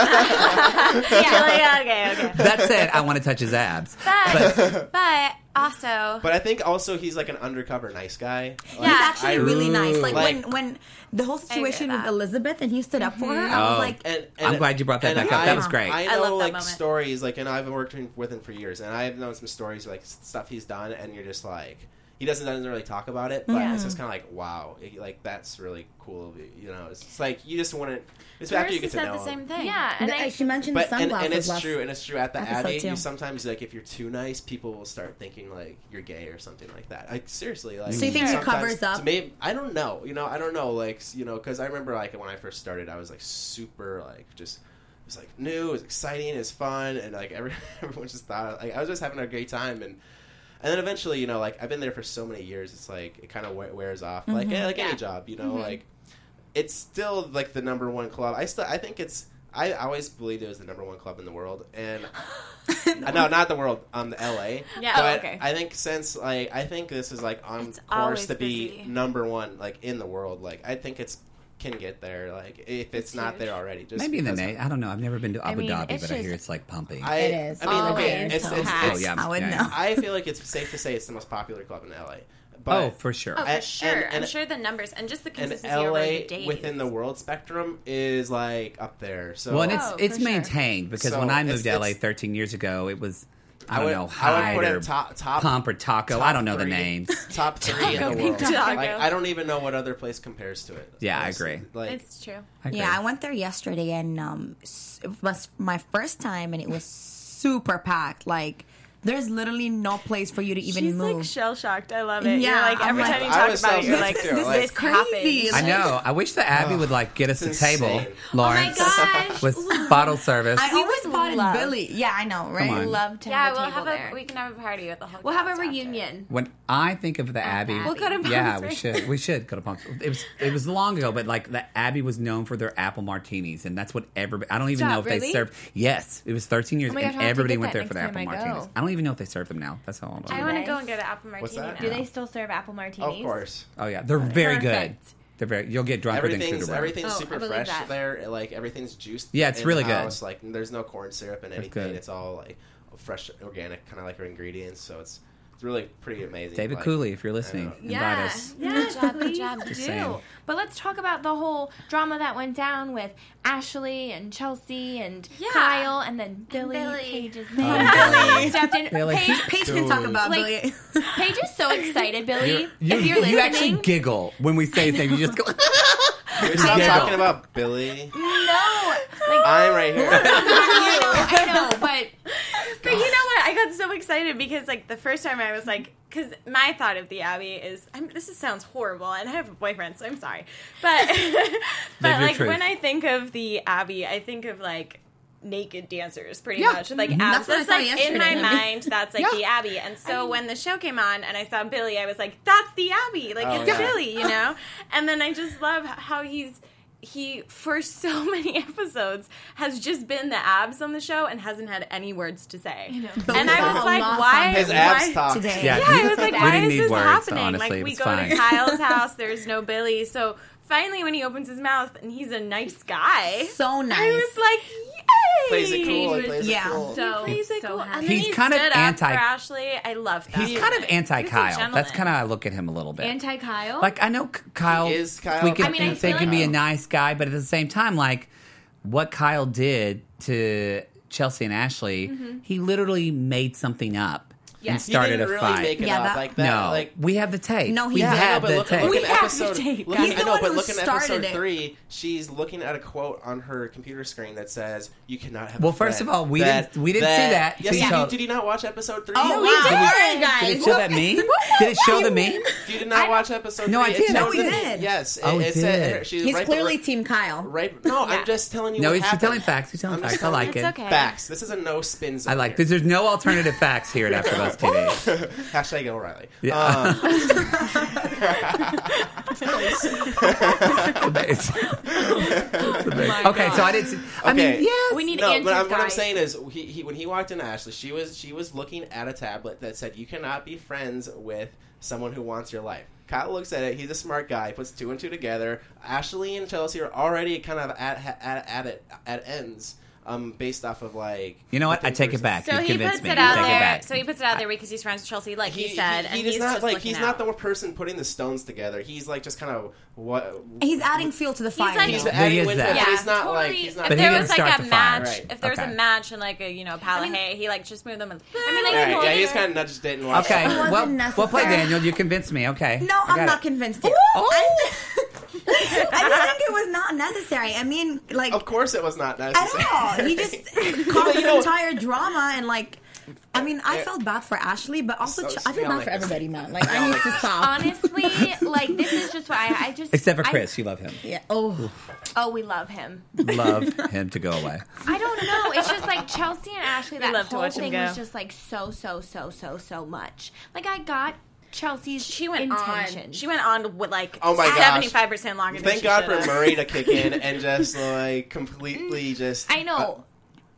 [LAUGHS]
yeah, like, okay, okay.
That said, I want to touch his abs.
But, but also,
But I think also he's like an undercover nice guy. Like,
he's
Yeah.
actually
I-
really nice. Like,
Like-
when when the whole situation with
that.
Elizabeth and he stood up for her, I was
Oh.
like,
And,
I'm glad you brought that
and
back up. That was great.
I know
I love that
like
moment.
stories, like, and I've been working with him for years, and I've known some stories, like s- stuff he's done, and you're just like, he doesn't, doesn't really talk about it, but it's just kind of like, wow, it- like that's really cool. You know, it's just like you just want to. It's after you
Marissa
get to
said
know
the
him.
same thing.
Yeah, and I,
and she mentioned
But and,
sunglasses.
and it's
last-
true, and it's true. At the
episode
Abbey,
two.
you sometimes like if you're too nice, people will start thinking like you're gay or something like that. Like seriously, like
So you think she
sometimes-
covers up?
to me- I don't know. You know, I don't know. Like you know, because I remember like when I first started, I was like super like just. It was like new, it was exciting, it was fun, and like [LAUGHS] every, everyone just thought like I was just having a great time, and and then eventually, you know,
Mm-hmm.
like I've been there for so many years, it's like it kind of we- wears off, like eh, like any
Yeah.
job, you know, like it's still like the number one club. I still I think it's I always believed it was the number one club in the world,
[LAUGHS]
and uh, no, not the world, um, the LA.
Yeah.
but
Oh, okay.
I think since like I think this is like on
It's
course
always
to be
busy.
number one like in the world. Like I think it's can get there. Like if it's, not there already, just
Maybe in the
because-
night. I don't know. I've never been to Abu
mean,
Dhabi,
it's
but I
just-
hear it's like pumping.
I, Oh,
It is.
I mean,
Always
okay, it's, it's, it's,
packed.
yeah,
I would
yeah,
know.
yeah.
I feel like it's safe to say it's the most popular club in LA. But
Oh, for sure.
Oh, for
And-
sure.
and-
I'm
and-
sure the numbers and just the
and
consistency over the
LA
days.
within the world spectrum is like up there. So
Well, and it's
Oh,
it's
for sure.
maintained because
So,
when I
it's-
moved to LA
it's-
13 years ago, it was I,
I
don't
would-
know
I would
hide
put it
or
top- top-
pump or taco.
top
I don't know the
three.
names.
[LAUGHS] top three in the
Pink
world.
Taco.
Like, I don't even know what other place compares to it.
Yeah, I
honestly.
agree.
Like,
It's true.
Yeah, I went there yesterday and um, s- it was my first time and it was super packed. Like, there's literally no place for you to even
She's
move.
like shell shocked. I love it.
Yeah,
you're like
I'm
every
like-
time you
I
talk
was
about it,
so
you're
shocked
like,
too.
this
Like,
is
crazy.
crazy.
I know. I wish the Abbey would like get us a
it's
table,
insane.
Lawrence,
[LAUGHS] gosh.
with bottle service.
I always
would
bought
love-
in Billy. Yeah, I know,
Come
right?
on.
Love to
Yeah,
have a
we'll
table
have
there.
a we can have a party with the whole.
We'll have
class
a
after.
reunion.
when I think of the Abbey,
We'll go to Palm
yeah, we
Springs.
should we should go to Palm. Springs. It was it was long ago, but like the Abbey was known for their apple martinis, and that's what everybody. I don't even
Stop,
know if they
really?
served. Yes, it was 13 years,
Oh my gosh,
and
I'll have to
everybody
get
went
that
there for the
next
apple
time I go.
martinis. I don't even know if they serve them now. That's how old I
I
am.
want
they?
to go and get an apple martini.
that?
now.
Do they still serve apple martinis?
of course,
Oh yeah, they're very
Perfect.
good. They're very. You'll get drunker than
everything's
Kruger.
everything's
Oh, I
super
believe
fresh
that.
there. Like everything's juiced.
Yeah, it's
in
really good.
house. Like there's no corn syrup and anything.
good.
It's all like fresh, organic, kind of like our ingredients. So it's it's really pretty amazing.
David
like,
Cooley, if you're
I
listening,
know.
invite
Yeah.
us.
Good job. Good job.
Just
do.
saying.
But let's talk about the whole drama that went down with Ashley and Chelsea and
Yeah.
Kyle and then Billy,
Billy.
Paige's
Oh,
Billy [LAUGHS] stepped in.
Billy.
Paige,
Paige can talk about
Like-
Billy.
Paige is so excited, Billy.
You,
if you're listening,
you actually giggle when we say things. You just go. [LAUGHS]
Can we stop
Giggle.
talking about Billy?
no, like
I'm right here.
I know, but
But you know what? I got so excited because like the first time I was like, because my thought of the Abbey is, I'm, this is, sounds horrible, and I have a boyfriend, so I'm sorry. But [LAUGHS]
Live
but
your
like
truth.
when I think of the Abbey, I think of like naked dancers, pretty
Yeah.
much, with, like
Mhm.
abs.
That's what I
That's,
saw
like in my
yesterday.
mind, that's like
Yeah.
the Abbey. And so when the show came on and I saw Billy, I was like, that's the Abbey, like
Oh,
it's
yeah.
Billy,
[LAUGHS]
you know. And then I just love h- how he's he for [LAUGHS] so many episodes has just been the abs on the show and hasn't had any words to say.
But
And
we
I
saw
was
a
like,
lot
why?
from
His abs
why-
talk.
today.
Yeah.
[LAUGHS] Yeah, I was like,
We
why
didn't
is
need
this
words,
happening?
honestly,
like we
it's
go
fine. [LAUGHS]
to Kyle's house, there's no Billy. So finally, when he opens his mouth and he's a nice guy,
So nice.
I was like, yay!
[LAUGHS] Plays it cool.
was-
he plays
yeah.
it cool.
so
He's like,
so
cool.
happy.
And then
He's
he
kind of
stood up
anti-
for Ashley. I love that.
He's kind of anti Kyle. That's kind of how I look at him a little bit.
anti Kyle.
Like I know K- Kyle
He is Kyle.
We can
I
mean, I
think they
feel
can
like-
be a nice guy, but at the same time, like what Kyle did to Chelsea and Ashley, he literally made something
Yeah.
up
He
and
didn't
He
started
didn't
a
really
fight.
Make it
Yeah,
up
that-
like that.
no,
Like
we have the tape.
No, he
we
did.
I know,
have
but
the
look,
tape.
look
We
at
have
episode.
the tape,
look-
guys. He's
I
the
know,
one
but
who
look at
started
episode
it.
three. She's looking at a quote on her computer screen that says, "You cannot have." a
Well, first of
friend
all, we
that-
didn't- we didn't see that. So
Yes, you
you-
did. Did you not watch episode three?
Oh, we did. Sorry, guys.
did it show that
[LAUGHS]
me? Did it show the me?
You did not watch episode.
No, I
three. It
did. No,
showed
we
the-
did.
Yes.
Oh, we
it, it said-
did.
she was
He's
right
clearly
before-
Team Kyle.
Right. No,
Yeah.
I'm just telling you.
No,
what
he's she's
happened.
telling facts. She's telling
I'm just
facts. I like
telling
it.
It's okay.
Facts. This is a no spin zone.
I like.
here.
This, there's no alternative facts here at After Buzz TV.
Hashtag O'Reilly.
Yeah.
Um,
It's- it's amazing. okay, so I didn't. See, I
Okay.
mean, yes.
we need to
no,
answers,
but I'm, what I'm
guys.
saying is, he, he, when he walked into Ashley, she was she was looking at a tablet that said, "You cannot be friends with someone who wants your life." Kyle looks at it. He's a smart guy. Puts two and two together. Ashley and Chelsea are already kind of at ha- at at, it, at ends, um, based off of like.
You know what?
the
I take it
person's-
back.
So
You've
he
convinced
puts
me.
it
You
out
take it
there.
back.
So he puts it out there because he's friends with Chelsea, like he, said, and
does
he's
not
just
like
looking
he's
out.
not the one person putting the stones together. He's like just kind of what
He's adding fuel to the fire.
like-
though.
he's
But he
adding
is
with
that.
it,
Yeah,
but he's not
totally.
like he's not.
But
if
he
there
didn't
was
start
like a
the fire.
match,
Right.
if there was
Okay.
a match and like a you know pal, hey, he like just moved them. and-
I mean, like,
All right,
Hold
yeah, he's
it.
kind of nudged it and watched
Okay,
it.
wasn't
well, well,
necessary.
play Daniel. You convinced me. Okay.
No,
I got
I'm not
it. Oh.
convinced. Yet. I, I just think it was not necessary. I mean, like
Of course, it was
[LAUGHS]
not [LAUGHS]
at
necessary.
all. He just [LAUGHS]
But
caused
you
this
know-
entire drama and like. I mean, I
Yeah.
felt bad for Ashley, but also
So
Ch- I feel
smell
bad
like
for
this.
everybody, man. Like I need to
Uh,
stop.
honestly, like this is just why I, I just
Except for
I-
Chris, you love him.
Yeah. Oh,
oh, we love him.
Love him to go away.
I don't know. It's just like Chelsea and Ashley. That
love to
whole
watch them
thing
go.
was just like so, so, so, so, so much. Like I got Chelsea's
She went on.
intentions.
She went on with like
Oh my gosh.
seventy five percent longer. than
Thank
she
God
should
for
have.
Murray to kick in and just like completely just
I know.
uh,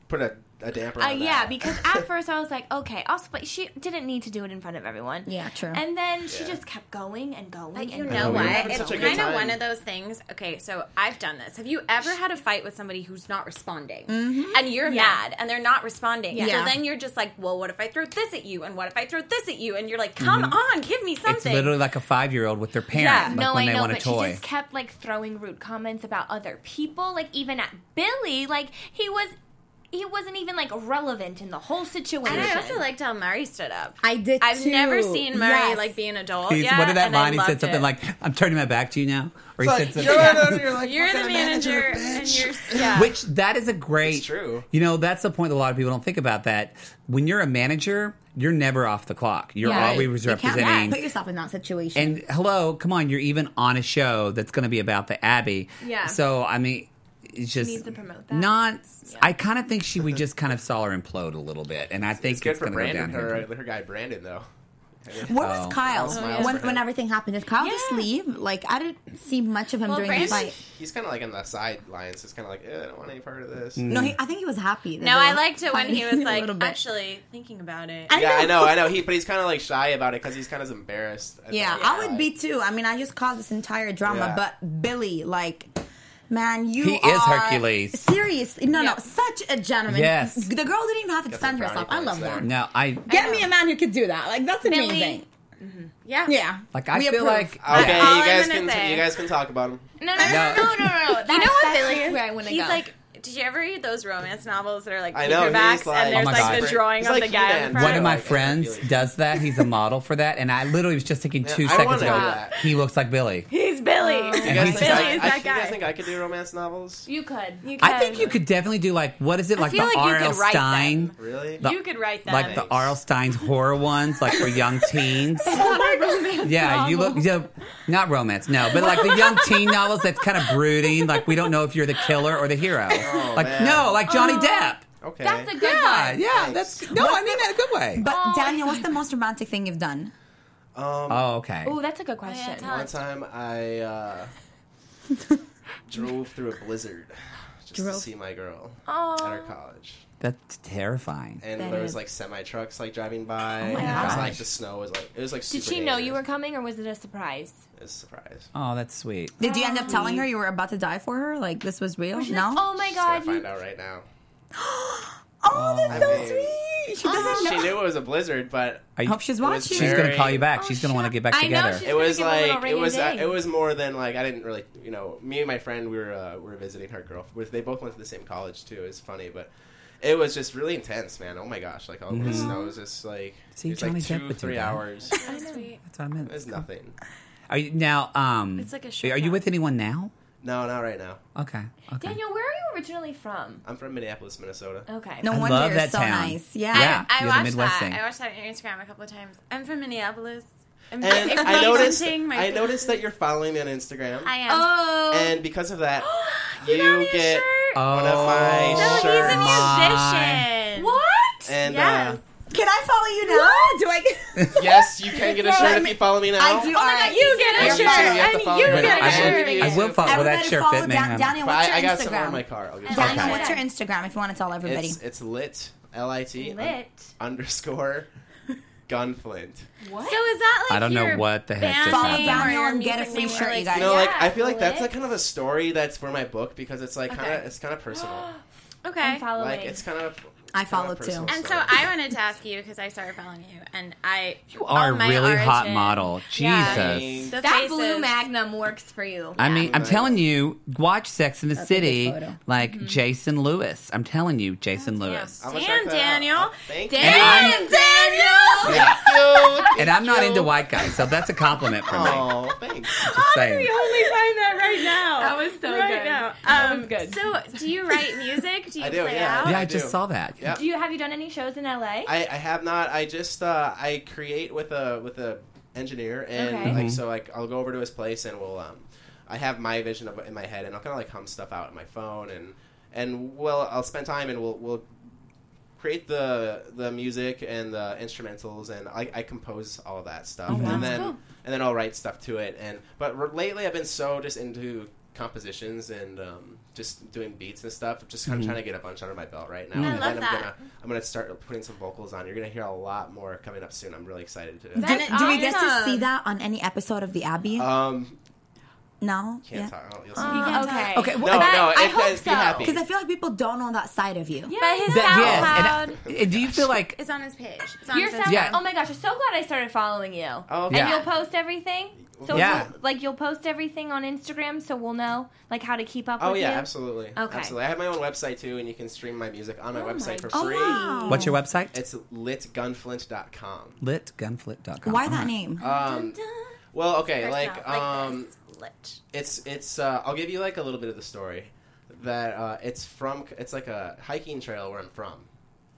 put a, a damper
Uh,
on
yeah,
that.
because
[LAUGHS]
at first I was like, okay, I'll split. She didn't need to do it in front of everyone.
Yeah, true.
And then she
Yeah.
just kept going and going.
But you
and
know
we were
what?
having
It's
such a good
kind of
time.
one of those things. Okay, so I've done this. Have you ever had a fight with somebody who's not responding, and you're mad, and they're not responding? So
Yeah.
then you're just like, well, what if I throw this at you, and what if I throw this at you, and you're like, come on, give me
It's
something.
literally like a five year old with their parent
Yeah.
like
no,
when
I
they
know,
want a
but
toy.
she just kept like throwing rude comments about other people. Like even at Billy, like he was, he wasn't even like relevant in the whole situation.
and I also liked how Murray stood up.
I did
I've
too.
never seen Murray
Yes.
like be an adult.
He's-
yet,
what did that
and I
line? He said
loved
something
it.
like, "I'm turning my back to you now," or he said
It's like,
something.
you're, on- you're like,
"You're the
fucking
manager, and
bitch.
you're
[LAUGHS]
[LAUGHS]
yeah."
Which that is a great.
It's true.
You know, that's the point that a lot of people don't think about. That when you're a manager, you're never off the clock. You're
Yeah.
always
You can't yeah,
representing.
put yourself in that situation.
and hello, come on, you're even on a show that's going to be about the Abbey.
Yeah.
So I mean, it's just
needs to promote that.
not. I kind of think she we just kind of saw her implode a little bit, and I think
It's
it's,
good for
going to go
Brandon.
down
Her,
here.
her guy Brandon though.
Where was
Oh.
Kyle
Oh, yeah.
when, when everything happened? Did Kyle just
Yeah.
leave? Like I didn't see much of him
Well,
during the
Brandon-
fight.
He's kind of like on the sidelines. So it's kind of like eh, I don't want any part of this.
No, he, I think he was happy. that
no,
they
I
were
liked it when he was
fighting [LAUGHS] a
like
little bit.
actually thinking about it.
Yeah, I know, I know. He, but he's kind of like shy about it because he's kind of embarrassed. I
Yeah,
think.
I would
Like,
be too. I mean, I just caused this entire drama,
Yeah.
but Billy, like, man, you
He is
are
Hercules.
Seriously, no,
Yeah.
no, such a gentleman.
Yes.
the girl didn't even have to defend
brownie
herself. I
points
love
there.
that.
No, I.
Get me a man who could do that. Like that's
Billy-
amazing.
Yeah,
Mm-hmm. Yeah,
Like I
We
feel
approve.
like
Okay,
All
you
I'm
guys
gonna
can
say-
you guys can talk about him.
no, no, no, no,
No.
no, no, no. That's,
You know what,
that's
Billy? is?
Where I want to
he's
go.
like, did you ever read those romance novels that are like
I know, he's
paperbacks
like-
and there's
Oh my
like
God.
the drawing
He's
of
like
the guy
He-Man.
in front?
One of my
Like, I
friends
feel you.
does that. He's a model for that, and I literally was just taking two
I
seconds
wanna
ago.
do that.
He looks like Billy.
he's Billy.
You
And
guys,
he's
think
Billy
I,
is
I,
that
you guys
guy.
think I could do romance novels?
you could, you could.
I think you could definitely do like what is it like
feel
the
like you
R.L.
could write
Stein,
them.
Really?
The-
you could write that.
like the R.L. Stein's horror ones, like for
[LAUGHS]
young teens. yeah, you look yeah, not romance, no, but like the young teen novels that's kind of brooding. Like we don't know if you're the killer or the hero. like
Oh, man.
no, like
Oh,
Johnny Depp.
Okay.
That's a good
Yeah,
one.
yeah, that's no, I mean that in a good way.
But
Oh,
Daniel, what's the most romantic thing you've done?
um,
oh, okay.
Oh, that's a good question.
tell
one time I uh, drove through a blizzard just to
Drove.
see my girl
Oh.
at her college,
That's terrifying.
and
That
there
is-
was like semi trucks like driving by. and
my
it was like
gosh.
the snow was like it was like.
Did
super
she know you were
dangerous.
coming, or was it a surprise?
It was a surprise.
Oh, that's sweet.
Did you end up telling her you were about to die for her? Like this was real? No.
Oh my
She's
god!
gonna find out right now.
Oh, that's
I mean,
sweet. She doesn't
She
know.
knew it was a blizzard, but
Are you-
Hope she's
It was
watching.
She's gonna
Very-
call you back.
Oh,
she's gonna want to
shut-
get back
I know
together.
she's-
it was
gonna give him a little
like it
ring
was
and
uh,
ding.
it was more than like I didn't really you know me and my friend we were uh, we were visiting her girlfriend they both went to the same college too it's funny but it was just really intense man oh my gosh like all the snow was just like
Mm-hmm. See,
it was
Johnny
like
Depp
two
would do
three
that.
hours
That's what I meant.
it was nothing
Are you now? Um,
It's like a
Are you
shortcut.
with anyone now?
no not right now
Okay. Okay.
Daniel, where are you originally from?
I'm from Minneapolis Minnesota
Okay.
No
I
wonder
love
you're
that
so
town.
nice. Yeah.
Yeah. You're
I
the
watched
Midwest
that.
thing.
I watched that on Instagram a couple of times. I'm from Minneapolis. I'm
and
from
I noticed
Lansing, my-
I noticed that you're following me on Instagram
I am.
Oh.
and because of that
you got
you
me a
get
shirt.
Oh,
one of my
so he's
shirts
a musician.
what?
and
Yes.
uh,
Can I follow you [LAUGHS] now? Do I? Oh
yes you can get a shirt
me-
if you follow me now
I do.
But
all
my
right.
God, you get a
You
You're
have to- you
fine.
have to
And
follow
you
me.
But
get a
I
shirt.
will, I will follow Oh, that
Everybody
shirt
follow
fit me.
Dan-
hang on.
Daniel.
But
What's
I,
your
I got some
Instagram?
on my car. I'll get
Daniel,
Okay.
what's your Instagram if you want to tell everybody?
It's, it's lit, L I T
Lit.
[LAUGHS]
underscore gunflint.
What?
So is that like
I don't know
your
what the heck
band
this is.
name
Follow
Daniel
or
and get a
music
free
name or,
shirt, you
like-
guys.
You know, like
Yeah,
I feel like that's
lit.
like kind of a story that's for my book because it's like kind of
Okay.
it's kind of personal.
[GASPS] Okay.
I'm following.
like it's kind of
I
kind of
follow
a personal
too.
And so
story.
I wanted to ask you because I started following you, and I you
Are really hot model.
Yeah.
Jesus.
The
that
faces.
blue magnum works for you.
I mean, I'm
Right.
telling you, watch Sex in the
a good
City
photo.
like Jason Lewis. I'm telling you, Jason Lewis.
I'm gonna
Damn,
check that out.
Daniel.
Thank
And
you.
I'm-
Daniel.
Yeah.
Thank you.
[LAUGHS]
And I'm not
Thank
into
you.
white guys, so that's a compliment for me.
Oh, thanks.
Just saying.
only find that right now.
That was so
right
good.
Now.
That
Um,
was good.
So, do you write music? Do you
I do,
play
yeah.
out?
Yeah, I
I
just
do.
saw that.
Yeah.
Do you have you done any shows in LA?
I, I have not. I just uh, I create with a with a engineer and
Okay.
like so like I'll go over to his place and we'll um I have my vision of, in my head and I'll kind of like hum stuff out on my phone and and well I'll spend time and we'll we'll create the the music and the instrumentals, and I, I compose all of that stuff, and then and then I'll write stuff to it. And but r lately, I've been so just into compositions and um, just doing beats and stuff. Just kind of trying to get a bunch under my belt right now. and
love
then
that.
I'm gonna I'm gonna start putting some vocals on. You're gonna hear a lot more coming up soon. I'm really excited to.
Do,
That is
do we get to
awesome.
see that on any episode of The Abbey?
um,
no?
can't
Yeah.
talk. I'll- You'll see.
Um, okay.
Okay,
no,
well,
no,
I- I
it-
hope
it- be
so.
happy.
Because I feel like people don't know that side of you.
But his
That-
SoundCloud.
yes, and I- do you feel like
It's on his page. It's on
Your
his
SoundCloud.
Yeah.
Oh my gosh, I'm so glad I started following you.
Oh,
And
yeah.
you'll post everything. So
Yeah.
you'll- like you'll post everything on Instagram, so we'll know like how to keep up.
Oh
with
yeah,
you.
absolutely.
Okay. Oh
Absolutely. I have my own website too, and you can stream my music on my website for free.
what's your website?
It's litgunflint.com.
litgunflint.com.
Why that name?
Um, well, okay,
Or
like,
sound,
um,
this. Lit.
it's it's. Uh, I'll give you like a little bit of the story. That uh, it's from. It's like a hiking trail where I'm from,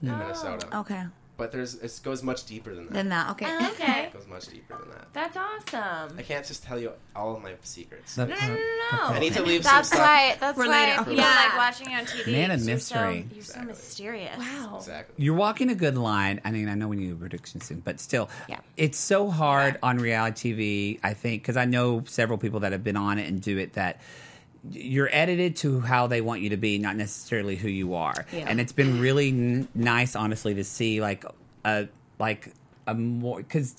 in
Oh.
Minnesota.
okay.
But there's it goes much deeper than that.
Then that. Okay.
Okay.
[LAUGHS] it goes much deeper than that.
That's awesome.
I can't just tell you all of my secrets.
That
No,
part.
no, no,
I
no.
need to leave
That's
some
[LAUGHS]
stuff.
why. That's
We're
why
later.
people
Yeah.
like watching you on TV.
uh, Man of
'cause you're
mystery.
So, you're so
Exactly.
mysterious.
Wow.
Exactly.
You're walking a good line. I mean, I know we need a prediction soon, but still,
Yeah.
it's so hard on reality TV, I think, because I know several people that have been on it and do it that you're edited to how they want you to be, not necessarily who you are.
Yeah.
And it's been really n- nice, honestly, to see like a like a more because.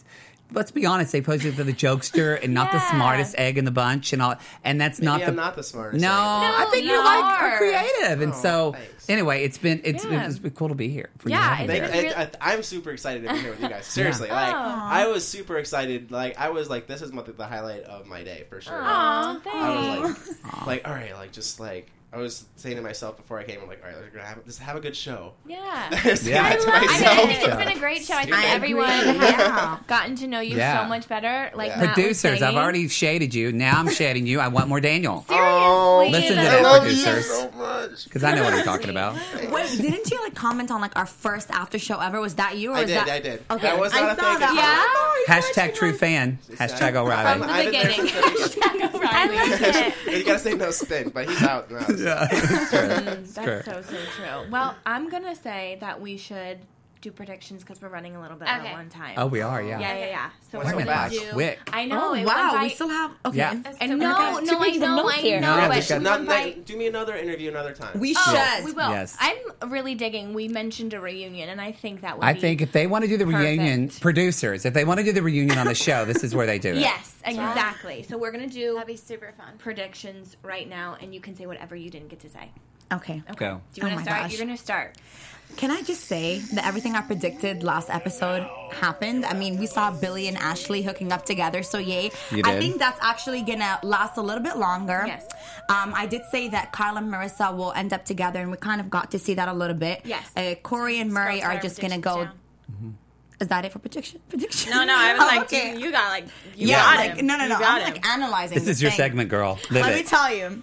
Let's be honest. They posted for the jokester and not the
Yeah.
smartest egg in the bunch, and all. And that's
Maybe
not the
I'm not the smartest.
no,
egg.
I think
you
you like are
are.
creative, and
Oh,
so
thanks.
anyway, it's been it's
Yeah.
it's been cool to be here. For
Yeah,
you to have me
it's
here.
been-
Like, I, I, I'm super excited to be here with you guys. Seriously, like I was super excited. Like I was like, this is what the, the highlight of my day for sure.
Aw, thanks.
I was like, like all right, like just like I was saying to myself before I came, I'm like, all right, we're gonna have, just have a good show. [LAUGHS]
yeah.
[LAUGHS]
Saying
Yeah.
that to
I love-
I, mean, I
myself.
think it's been a great show. I think
I agree.
everyone [LAUGHS]
Yeah.
has gotten to know you
Yeah.
so much better. Like
Yeah.
Matt was
producers, I've
saying.
already shaded you. Now I'm shading you. I want more Daniel
[LAUGHS]
Oh,
Seriously.
Listen to
I
that, [LAUGHS]
love you
producers.
so much.
because I know what I'm talking about.
[LAUGHS] Wait, didn't you like comment on like our first after show ever? Was that you? Or
I
was
did,
that...
I did.
Okay.
That was
I
not a
saw
thing.
that.
Yeah?
Hashtag true fan. Hashtag
[LAUGHS] I'm-
O'Reilly.
I've been there
beginning.
since the beginning.
I like it.
you gotta say no spin, but he's out now.
[LAUGHS] [LAUGHS]
[LAUGHS]
Yeah. Sure.
That's so so true. Well, I'm gonna say that we should do predictions because we're running a little bit out
Okay.
of one time.
oh, we are. Yeah.
yeah, yeah, yeah. So
What's
we're
going
gonna
back?
do.
Quick.
I know.
Oh,
it went
wow. We
by-
still have. Okay.
Yeah.
That's
And
so
no,
perfect.
no, I
making some
know,
notes
I know.
here.
but
Yeah, we got-
we
Not,
went
not,
by-
do me another interview another time.
We
Oh,
should.
we will.
Yes.
I'm really digging. We mentioned a reunion, and I think that would.
I
be
think if they want to do the reunion,
Perfect.
producers, if they want to do the reunion on the show, this is where they do it.
Yes, exactly. So we're gonna do
That'd be super fun.
predictions right now, and you can say whatever you didn't get to say.
Okay.
Go.
Do you
Oh
want to
my
start?
gosh.
You're gonna start.
Can I just say that everything I predicted last episode happened? I mean, we saw Billy and Ashley hooking up together, so yay.
You
I
did.
think that's actually gonna last a little bit longer.
Yes.
Um, I did say that Kyle and Marissa will end up together, and we kind of got to see that a little bit.
Yes.
Uh, Corey and Murray
Girls
are
got
just
our
gonna go. Mm-hmm.
predictions
Is that it for prediction? Prediction?
down. No, no, I was
Oh,
like,
okay.
dude, you got like, you
yeah,
got
like
him.
no, no, no.
You
I'm
got him.
like analyzing.
This is your segment, girl. Live
Let
it.
me tell you.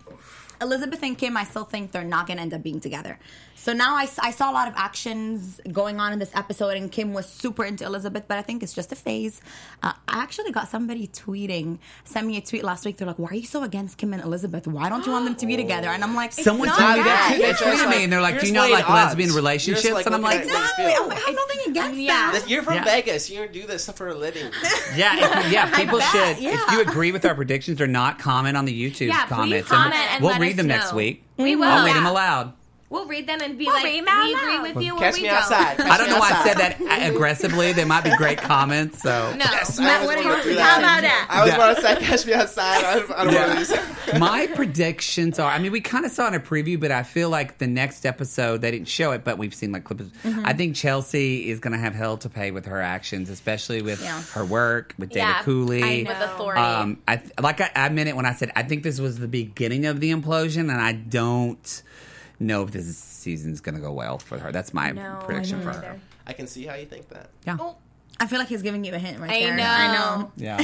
Elizabeth and Kim, I still think they're not going to end up being together. So now I, s- I saw a lot of actions going on in this episode, and Kim was super into Elizabeth, but I think it's just a phase. Uh, I actually got somebody tweeting, sent me a tweet last week. They're like, Why are you so against Kim and Elizabeth? Why don't you want them to be together? And I'm like,
Someone
"It's
told
not
me that
bad."
too. They
Yeah.
It's
tweeted
just
me, and they're like,
you're
"Do you
just
know, like,
laying
lesbian
odds.
relationships?"
You're just,
And I'm
looking
like,
at
Exactly. I'm
these people.
like, I have nothing against
Yeah.
that.
This- You're from
Yeah.
Vegas. You do this stuff for
[LAUGHS]
a living.
Yeah,
[LAUGHS]
if, yeah. People
bet,
should. If
yeah.
you agree with our predictions or not, comment on the YouTube
Yeah, please
comments.
comment
and
and
we'll
let
read
us
them next
know.
week.
We will.
I'll read
Yeah.
them aloud.
We'll read them and be
We'll
like,
read
we
'em out
agree
loud.
with you. or
Catch
we
me
don't.
outside.
I don't know why I said that a- aggressively. They might be great comments. So
No,
Yes, I
Matt,
always
what are
wanna
your
do that.
How about
predictions?
that?
I always
Yeah.
want to say, catch me outside. I, I don't
Yeah.
want to do
my predictions are. I mean, we kind of saw in a preview, but I feel like the next episode they didn't show it, but we've seen like clips.
Mm-hmm.
I think Chelsea is going to have hell to pay with her actions, especially with
Yeah.
her work with Dana
Yeah,
Cooley.
I know.
With authority.
Um, I th- like I, I meant it when I said I think this was the beginning of the implosion, and I don't know if this is- season's going to go well for her. That's my
No, I
prediction
don't
for
either.
her.
I can see how you think that.
Yeah,
I feel like he's giving you a hint right
I
there.
know.
I know.
yeah.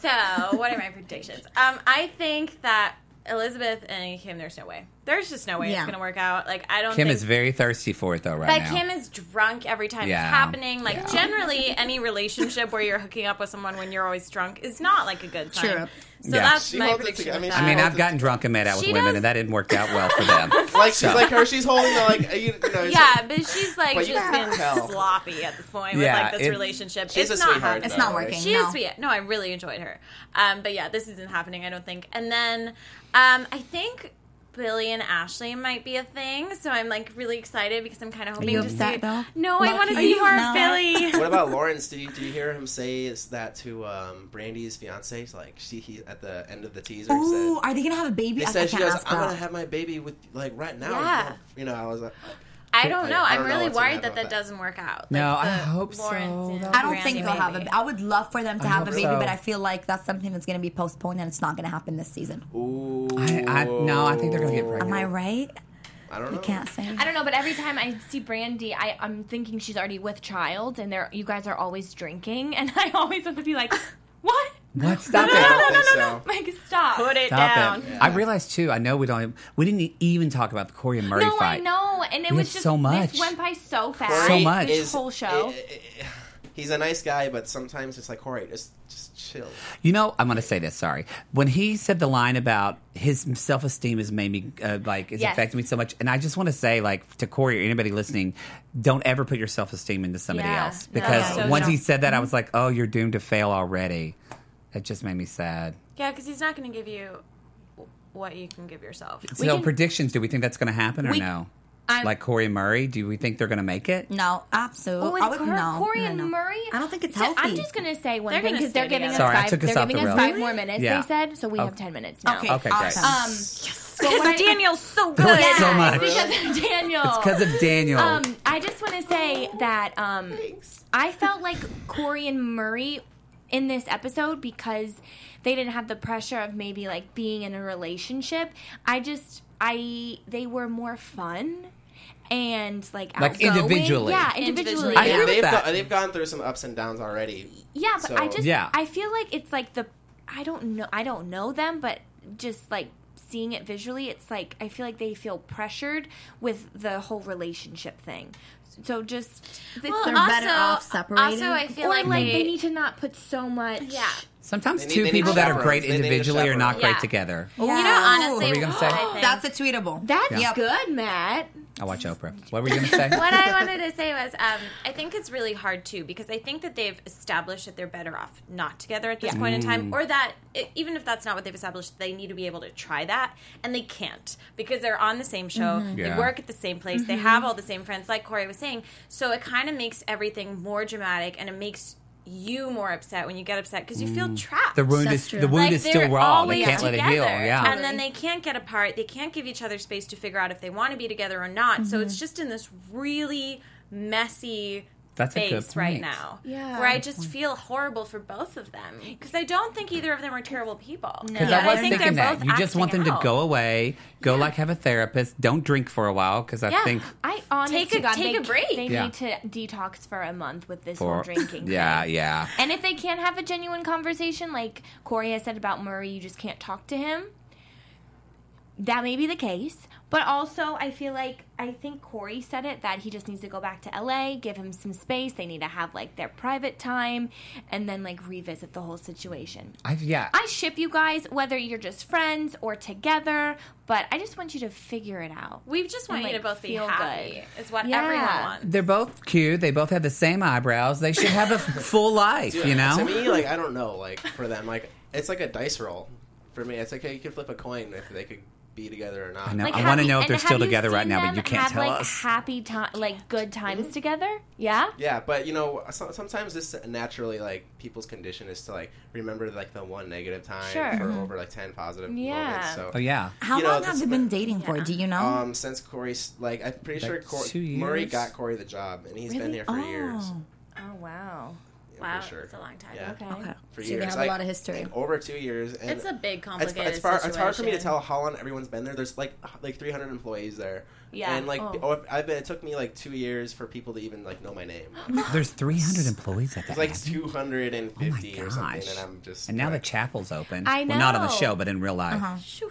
So, what are my predictions? Um, I think that Elizabeth and Kim, there's no way. there's just no way
Yeah.
it's gonna work out. Like I don't.
Kim
think,
is very thirsty for it though right now.
But Kim is drunk every time
Yeah.
it's happening. Like generally, any relationship where you're hooking up with someone when you're always drunk is not like a good sign.
True.
So
Yeah.
that's
She
my
holds it
prediction.
together. I
with
mean,
that.
she
I mean,
Uh,
I've gotten drunk and made out with
she
women,
does-
and that didn't work out well for them.
Like she's
So-
like her. She's holding the like. You, you know, it's
yeah,
like-
but she's like
But you
just
can
been
tell.
sloppy at this point
Yeah,
with like this
it's-
relationship.
she's
it's
a
not
sweetheart.
happening.
It's
though,
not
like,
working.
She
no.
is sweet. No, I really enjoyed her. Um, but yeah, this isn't happening. I don't think. And then um, I think Billy and Ashley might be a thing. So I'm like really excited because I'm kind of hoping
you
to
upset,
see.
though?
No, I
Lucky?
want to
Are
see
you
more
not?
of
[LAUGHS]
Billy.
What about Lawrence? Did you, did you hear him say is that to um, Brandy's fiance? It's Like she he, at the end of the teaser
Ooh,
said.
are they gonna have a baby?
He
I, I
said
can't
she goes,
ask
"I'm
that.
gonna have my baby with like right now."
Yeah.
You know, I was like,
I don't
I-
know.
I
I'm
don't know
really
what's gonna
worried that
happen
that
with that.
doesn't work out.
No,
Like,
I
the
hope so,
Lawrence and
though.
I don't
Randy
think they'll have a.
maybe.
I would love for them to
I
have a
hope
baby,
so.
but I feel like that's something that's going to be postponed, and it's not going to happen this season.
"Ooh."
I- I- no, I think they're gonna get
Am
pregnant.
I right?
I don't know.
You can't say.
I don't know, but every time I see Brandy, I, I'm thinking she's already with child, and they're, you guys are always drinking, [LAUGHS] and I always want to be like, what?
What? Stop
[LAUGHS]
I don't
it.
think so.
Like, stop.
Put it
Stop
down.
it. I realized too. I know we don't. e, We didn't even talk about the Corey and Murray
no,
fight.
I know, and it
We
was
had
just
so much.
This went by so fast.
Corey
So much.
This
is- eh,
whole show.
He's a nice guy, but sometimes it's like, all right, just just chill.
You know, I'm going to say this. Sorry. When he said the line about his self esteem has made me uh, like it's
Yes.
affected me so much, and I just want to say like to Corey or anybody listening, don't ever put your self esteem into somebody
Yeah.
else
No, Mm-hmm.
because
so
once he
don't.
said that, I was like, oh, you're doomed to fail already. That just made me sad.
Yeah, because he's not going to give you what you can give yourself.
so
can-
predictions? Do we think that's going to happen or
We-
no?
I'm-
like Corey and Murray, do we think they're going to make it?
No, absolutely.
Well, with
I would,
Oh, Cor-
no,
Corey
no,
and
no.
Murray,
I don't think it's
So
healthy.
I'm just gonna say one
They're
thing
gonna
because they're
stay
giving us
together.
Sorry, I
five.
took us
they're
off
giving
the
us
rails.
five more minutes.
Yeah.
They said so. We have ten minutes now.
Okay,
Okay, great.
awesome.
Um, but what I-
Because Daniel's
[LAUGHS]
so good.
Good so
Yeah,
much.
it's because of Daniel.
It's because of Daniel.
Um, I just want to say that um, I felt like Corey and Murray in this episode because they didn't have the pressure of maybe like being in a relationship. I just I they were more fun and like
Like
outgoing.
individually.
yeah, individually.
Individually, I
yeah.
agree with
they've
that.
go- they've gone through some ups and downs already.
Yeah, but
So-
I just
Yeah.
I feel like it's like the I don't know I don't know them, but just like seeing it visually, it's like I feel like they feel pressured with the whole relationship thing. So just it's
Well,
their-
They're better off separated.
Also, I feel
or
like,
like,
they,
they need to not put so much.
Yeah.
Sometimes
They need-
two
they need
people that are
chaperones.
great
They need a
individually are not
chaperone.
great
Yeah.
together.
You know, honestly,
What were you
[GASPS]
gonna say?
I think-
[GASPS] that's a tweetable.
that's
Yeah.
good, Matt.
I watch Oprah. What were you going to say?
what I wanted to say was, um, I think it's really hard too because I think that they've established that they're better off not together at this point in time, or that i even if that's not what they've established, they need to be able to try that, and they can't because they're on the same show,
Mm-hmm. Yeah. Mm-hmm.
they work at the same place, they have all the same friends, like Corey was saying. So it kind of makes everything more dramatic, and it makes you more upset when you get upset because you feel trapped.
Mm. The wound
That's
is
true.
the wound
Like,
is still
they're
raw. They
always
can't let it heal.
together,
Yeah.
And then they can't get apart. They can't give each other space to figure out if they want to be together or not. So it's just in this really messy
That's a good
space right
point.
now.
Yeah.
Where I just feel horrible for both of them. Because I don't think either of them are terrible people.
Because
But
I was
think
thinking
they're
that
both
you just want them
acting
to
out.
go away, go like have a therapist, don't drink for a while because I
Yeah.
think
I honestly
Take a- take
they,
a break.
They
Yeah.
need to detox for a month with this whole
for
drinking.
[LAUGHS] yeah,
thing.
yeah.
And if they can't have a genuine conversation, like Corey has said about Murray, you just can't talk to him. That may be the case. But also, I feel like, I think Corey said it that he just needs to go back to LA, give him some space. They need to have like their private time and then like revisit the whole situation.
I, yeah.
I ship you guys, whether you're just friends or together, but I just want you to figure it out.
We just want
And,
you to
like,
both be
feel
happy. Is what
Yeah.
everyone wants.
they're both cute. They both have the same eyebrows. They should
[LAUGHS]
have a f- full life, you
To
know.
me, like I don't know, like for them, like it's like a dice roll. For me, it's like hey, you could flip a coin if they could be together or not.
I know.
Like,
I
have
want to
you-
know if
and
they're
have
still
you
together right
seen
now, but
them
you can't
have,
tell
like,
us.
Happy time, like good times together. Yeah.
Yeah, but you know, so, sometimes this naturally like people's condition is to like remember like the one negative time
Sure.
for
Mm-hmm.
over like ten positive
Yeah.
moments. So
Oh yeah.
How
You know,
long
this
have
is
they been
the-
dating for? Do you know?
Um, since Corey's like, I'm pretty
Like
sure Cor-
two years?
Murray got Corey the job, and he's been
Really?
here for years.
Oh,
Oh wow.
Yeah,
Wow,
for sure.
it's a long time.
Yeah,
Okay.
okay.
for
so
years.
they have
Like,
a lot of history.
Over two years. And
It's a big,
it's,
complicated
it's, far,
situation.
it's hard for me to tell how long everyone's been there. There's like like 300 employees there.
Yeah.
And like,
Oh.
oh, I've been. It took me like two years for people to even like know my name.
There's 300 employees at that.
It's like
app.
250
Oh my
or something,
gosh.
and I'm just.
and now the
like,
chapel's open.
I
Well, not on the
know.
show, but in real life.
Uh-huh.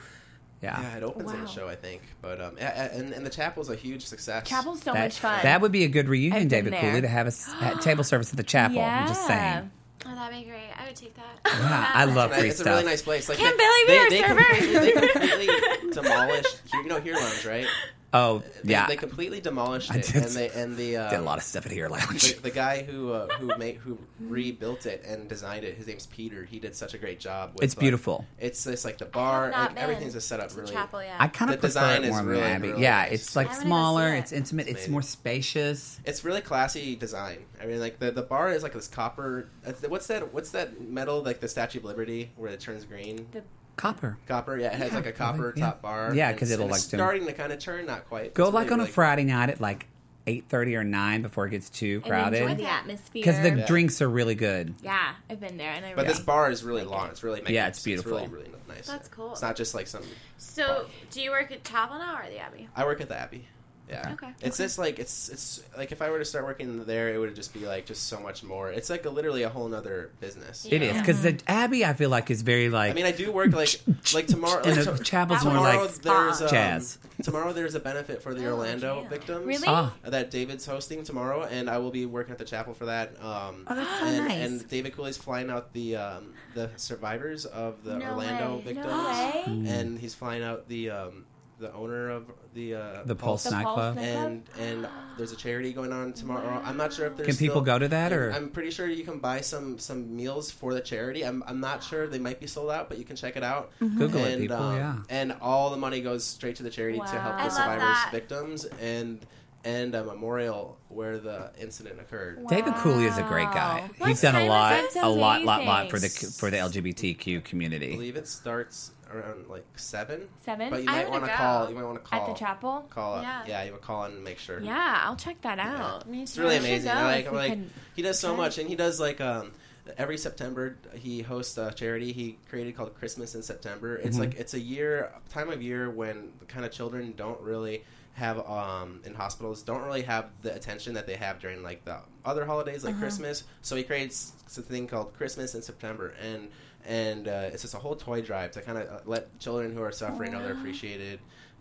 Yeah.
Yeah, it opens on
Wow.
the show, I think. But um, a- a- and and the chapel's a huge success.
Chapel's so
that,
much fun.
that would be a good reunion,
I've been
David Cooley,
there.
to have a s- at table service at the chapel. I'm just
Yeah.
saying.
Oh, that'd be great. I would take that.
Yeah,
[LAUGHS]
I love
It's a-
free
it's a
stuff.
really nice place. Like
Can Billy
they-
be
they-
our
they
server?
Completely, they
[LAUGHS]
completely demolished. You know, here lounge, right?
Oh
They,
yeah,
They completely demolished
I
it,
did.
and they and the uh,
did a lot of stuff at here lounge.
the, the guy who uh, who made who rebuilt it and designed it. His name's Peter. He did such a great job. With,
It's
like-
beautiful.
It's it's like the
I
bar.
have not
Like,
been
everything's just set up
to the
really.
chapel, yeah.
[LAUGHS] I kind
The
of prefer
design
it
is
more
really,
than Abbey.
really
yeah,
nice.
it's like
I wanna go
smaller,
see it.
it's intimate, it's
amazing.
more spacious.
It's really classy design. I mean, like the, the bar is like this copper. uh, What's that? What's that metal? Like the Statue of Liberty, where it turns green.
Copper.
Copper, yeah, it has like a copper
yeah.
top bar.
Yeah,
and
'cause
it's-
it'll,
and it's
like, do-
starting to kind of turn, not quite.
Go
It's
like
really,
on a
really-
Friday night at like eight thirty or nine before it gets too
and enjoy
crowded.
the atmosphere.
Because the
Yeah.
drinks are really good.
yeah, I've been there, and I.
But
really-
this bar is really long. It's really
Yeah, it's
It's
beautiful.
really, really nice.
That's cool.
It's not just like some.
So, do you work at Chapel now or the Abbey?
I work at the Abbey. Yeah.
Okay.
It's just like it's it's like if I were to start working there, it would just be like just so much more. It's like a, literally a whole nother business.
It is because the Abbey, I feel like, is very like
I mean, I do work like like tomorrow.
and
Like,
the
to-
chapel's more
tomorrow
like
there's um,
jazz.
Tomorrow there's a benefit for the
Oh,
Orlando
yeah.
victims.
Really?
Ah.
That David's hosting tomorrow, and I will be working at the chapel for that. Um,
Oh, that's so
and,
nice.
and David Cooley's flying out the um, the survivors of the
No
Orlando
way.
victims,
no way.
Mm.
and he's flying out the um, the owner of the uh,
the Pulse
The
nightclub.
Pulse
and and there's a charity going on tomorrow. I'm not sure if there's
Can people
still-
go to that,
I'm-
or-
I'm pretty sure you can buy some some meals for the charity. I'm I'm not sure they might be sold out, but you can check it out.
Mm-hmm.
Google it,
and, um,
people, yeah.
And all the money goes straight to the charity to help
Wow.
the
I love
survivors,
that.
victims, and and a memorial where the incident occurred.
David Cooley is a great guy.
Wow.
He's done
What
a
time
lot,
is it?
a lot, lot, lot
Amazing.
for the for the LGBTQ
I
community.
believe it starts around like seven.
Seven?
But you
I
might
wanna
want to
go.
call. You might want to
At
call
the chapel?
Call up.
Yeah.
Yeah. you would call in and make sure.
Yeah, I'll check that
Yeah.
out. Me
It's
too.
really
I should
amazing. I
go
like,
if
I'm
we
like
could-
he does so
try.
much, and he does like um, every September he hosts a charity he created called Christmas in September. It's like it's a year time of year when the kind of children don't really have um in hospitals don't really have the attention that they have during like the other holidays
Uh-huh.
like Christmas. So he creates a thing called Christmas in September, and and uh, it's just a whole toy drive to kind of let children who are suffering
Oh,
know they're appreciated.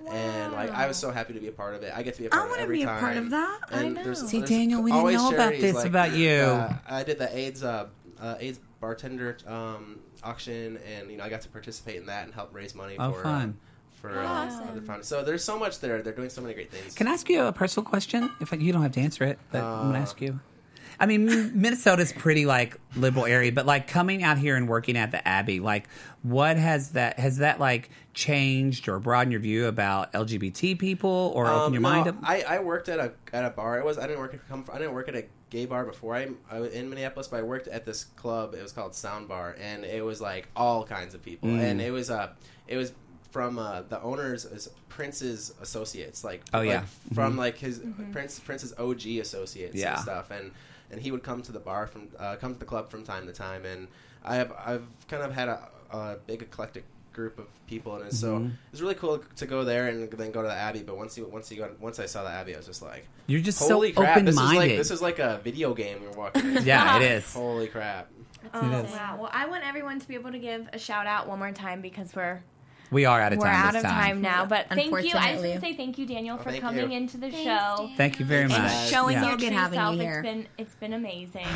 And like I was so happy to be a part of it. I get to be a
I
part of it
wanna
every
be a
time.
part of that. I
And
know.
there's-
See,
there's
Daniel, we didn't
always
know about
charities,
this about you.
uh, I did the AIDS uh, uh, AIDS bartender um, auction, and you know I got to participate in that and help raise money
Oh,
for
fun.
um, for uh, other fund. So there's so much there. They're doing so many great things.
Can I ask you a personal question? If you don't have to answer it, but I'm gonna
Uh.
ask you. I
[LAUGHS]
mean, M- Minnesota's pretty like liberal area, but like coming out here and working at the Abbey, like what has that has that like changed or broadened your view about LGBT people or opened your
Um, no,
mind up?
I, I worked at a at a bar. It was I didn't work at, come from, I didn't work at a gay bar before I, I was in Minneapolis, but I worked at this club. It was called Sound Bar, and it was like all kinds of people,
Mm.
and it was uh it was from uh, the owners is Prince's associates, like
Oh,
like,
yeah.
from like his Prince Prince's OG associates
Yeah.
and stuff, and and he would come to the bar from uh, come to the club from time to time, and I've I've kind of had a, a big eclectic group of people, and it's
Mm-hmm.
so it's really cool to go there and then go to the Abbey. But once you once you got once I saw the Abbey, I was just like,
You're just so
holy crap! This is like
open-minded.
this is like a video game you're walking. into. [LAUGHS]
yeah, it is.
Holy crap!
Oh,
is.
wow. Well, I want everyone to be able to give a shout out one more time because we're
We are out of
we're
time.
out
this
of time now. But thank you. I just
Unfortunately.
want to say thank you, Daniel, for
Oh, thank
coming
you.
into the show
Thank you very
and
much.
showing
yeah.
your
So good
true
having you
self.
here.
It's been it's been
[SIGHS]
amazing.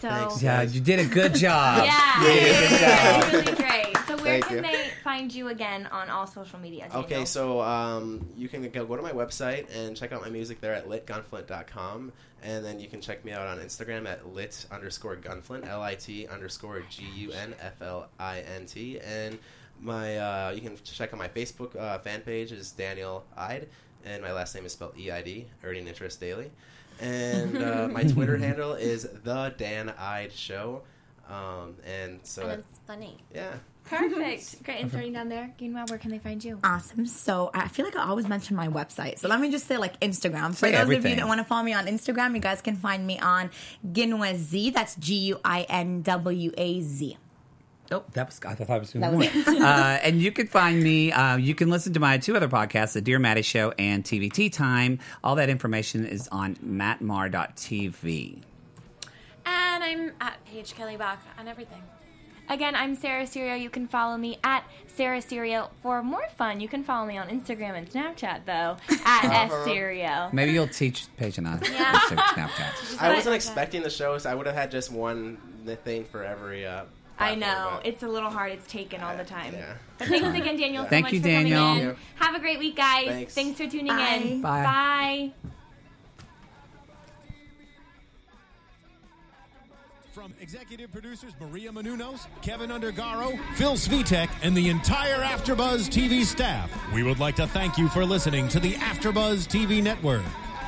So
Thanks.
Yeah, you did a good job.
yeah, [LAUGHS]
Yeah.
it's really great. So where
Thank
can
you.
they find you again on all social media? Daniel?
Okay, so um, you can go, go to my website and check out my music there at litgunflint.com. And then you can check me out on Instagram at lit underscore gunflint, L I T underscore G U N F L I N T. And my uh, you can check out my Facebook uh, fan page is Daniel Eid, and my last name is spelled E I D, Earning Interest Daily.
[LAUGHS]
And uh, my Twitter handle is The Dan Eid Show. Um, and so,
And it's funny.
yeah.
[LAUGHS] perfect, great. And starting down there, Gainwell, where can they find you?
Awesome. So I feel like I always mention my website. So let me just say like Instagram. For
Say
those of
everything.
you that want to follow me on Instagram, you guys can find me on Ginwa Z. That's G U I N W A Z.
That was, I thought I was going
That
to
was
it. uh, and you can find me. Uh, you can listen to my two other podcasts, The Dear Maddie Show and TVT Time. All that information is on mattmar.tv.
And I'm at Paige Kelly Bach on everything.
Again, I'm Sarah Serio. You can follow me at Sarah Serio. For more fun, you can follow me on Instagram and Snapchat, [LAUGHS] though, at
Uh-huh.
S Serio.
Maybe you'll teach Paige and I.
Yeah.
Let's take Snapchat.
I wasn't
But-
expecting the show, so I would have had just one thing for every. Uh,
I
platform,
know.
but-
It's a little hard. It's taken all the time.
Yeah.
But thanks again, Daniel, so
Thank
much
you,
for
Daniel.
coming in.
Thank
Have a great week, guys.
Thanks.
Thanks for tuning
Bye.
in.
Bye.
Bye.
From executive producers Maria Manunos, Kevin Undergaro, Phil Svitek, and the entire AfterBuzz TV staff, we would like to thank you for listening to the AfterBuzz TV network.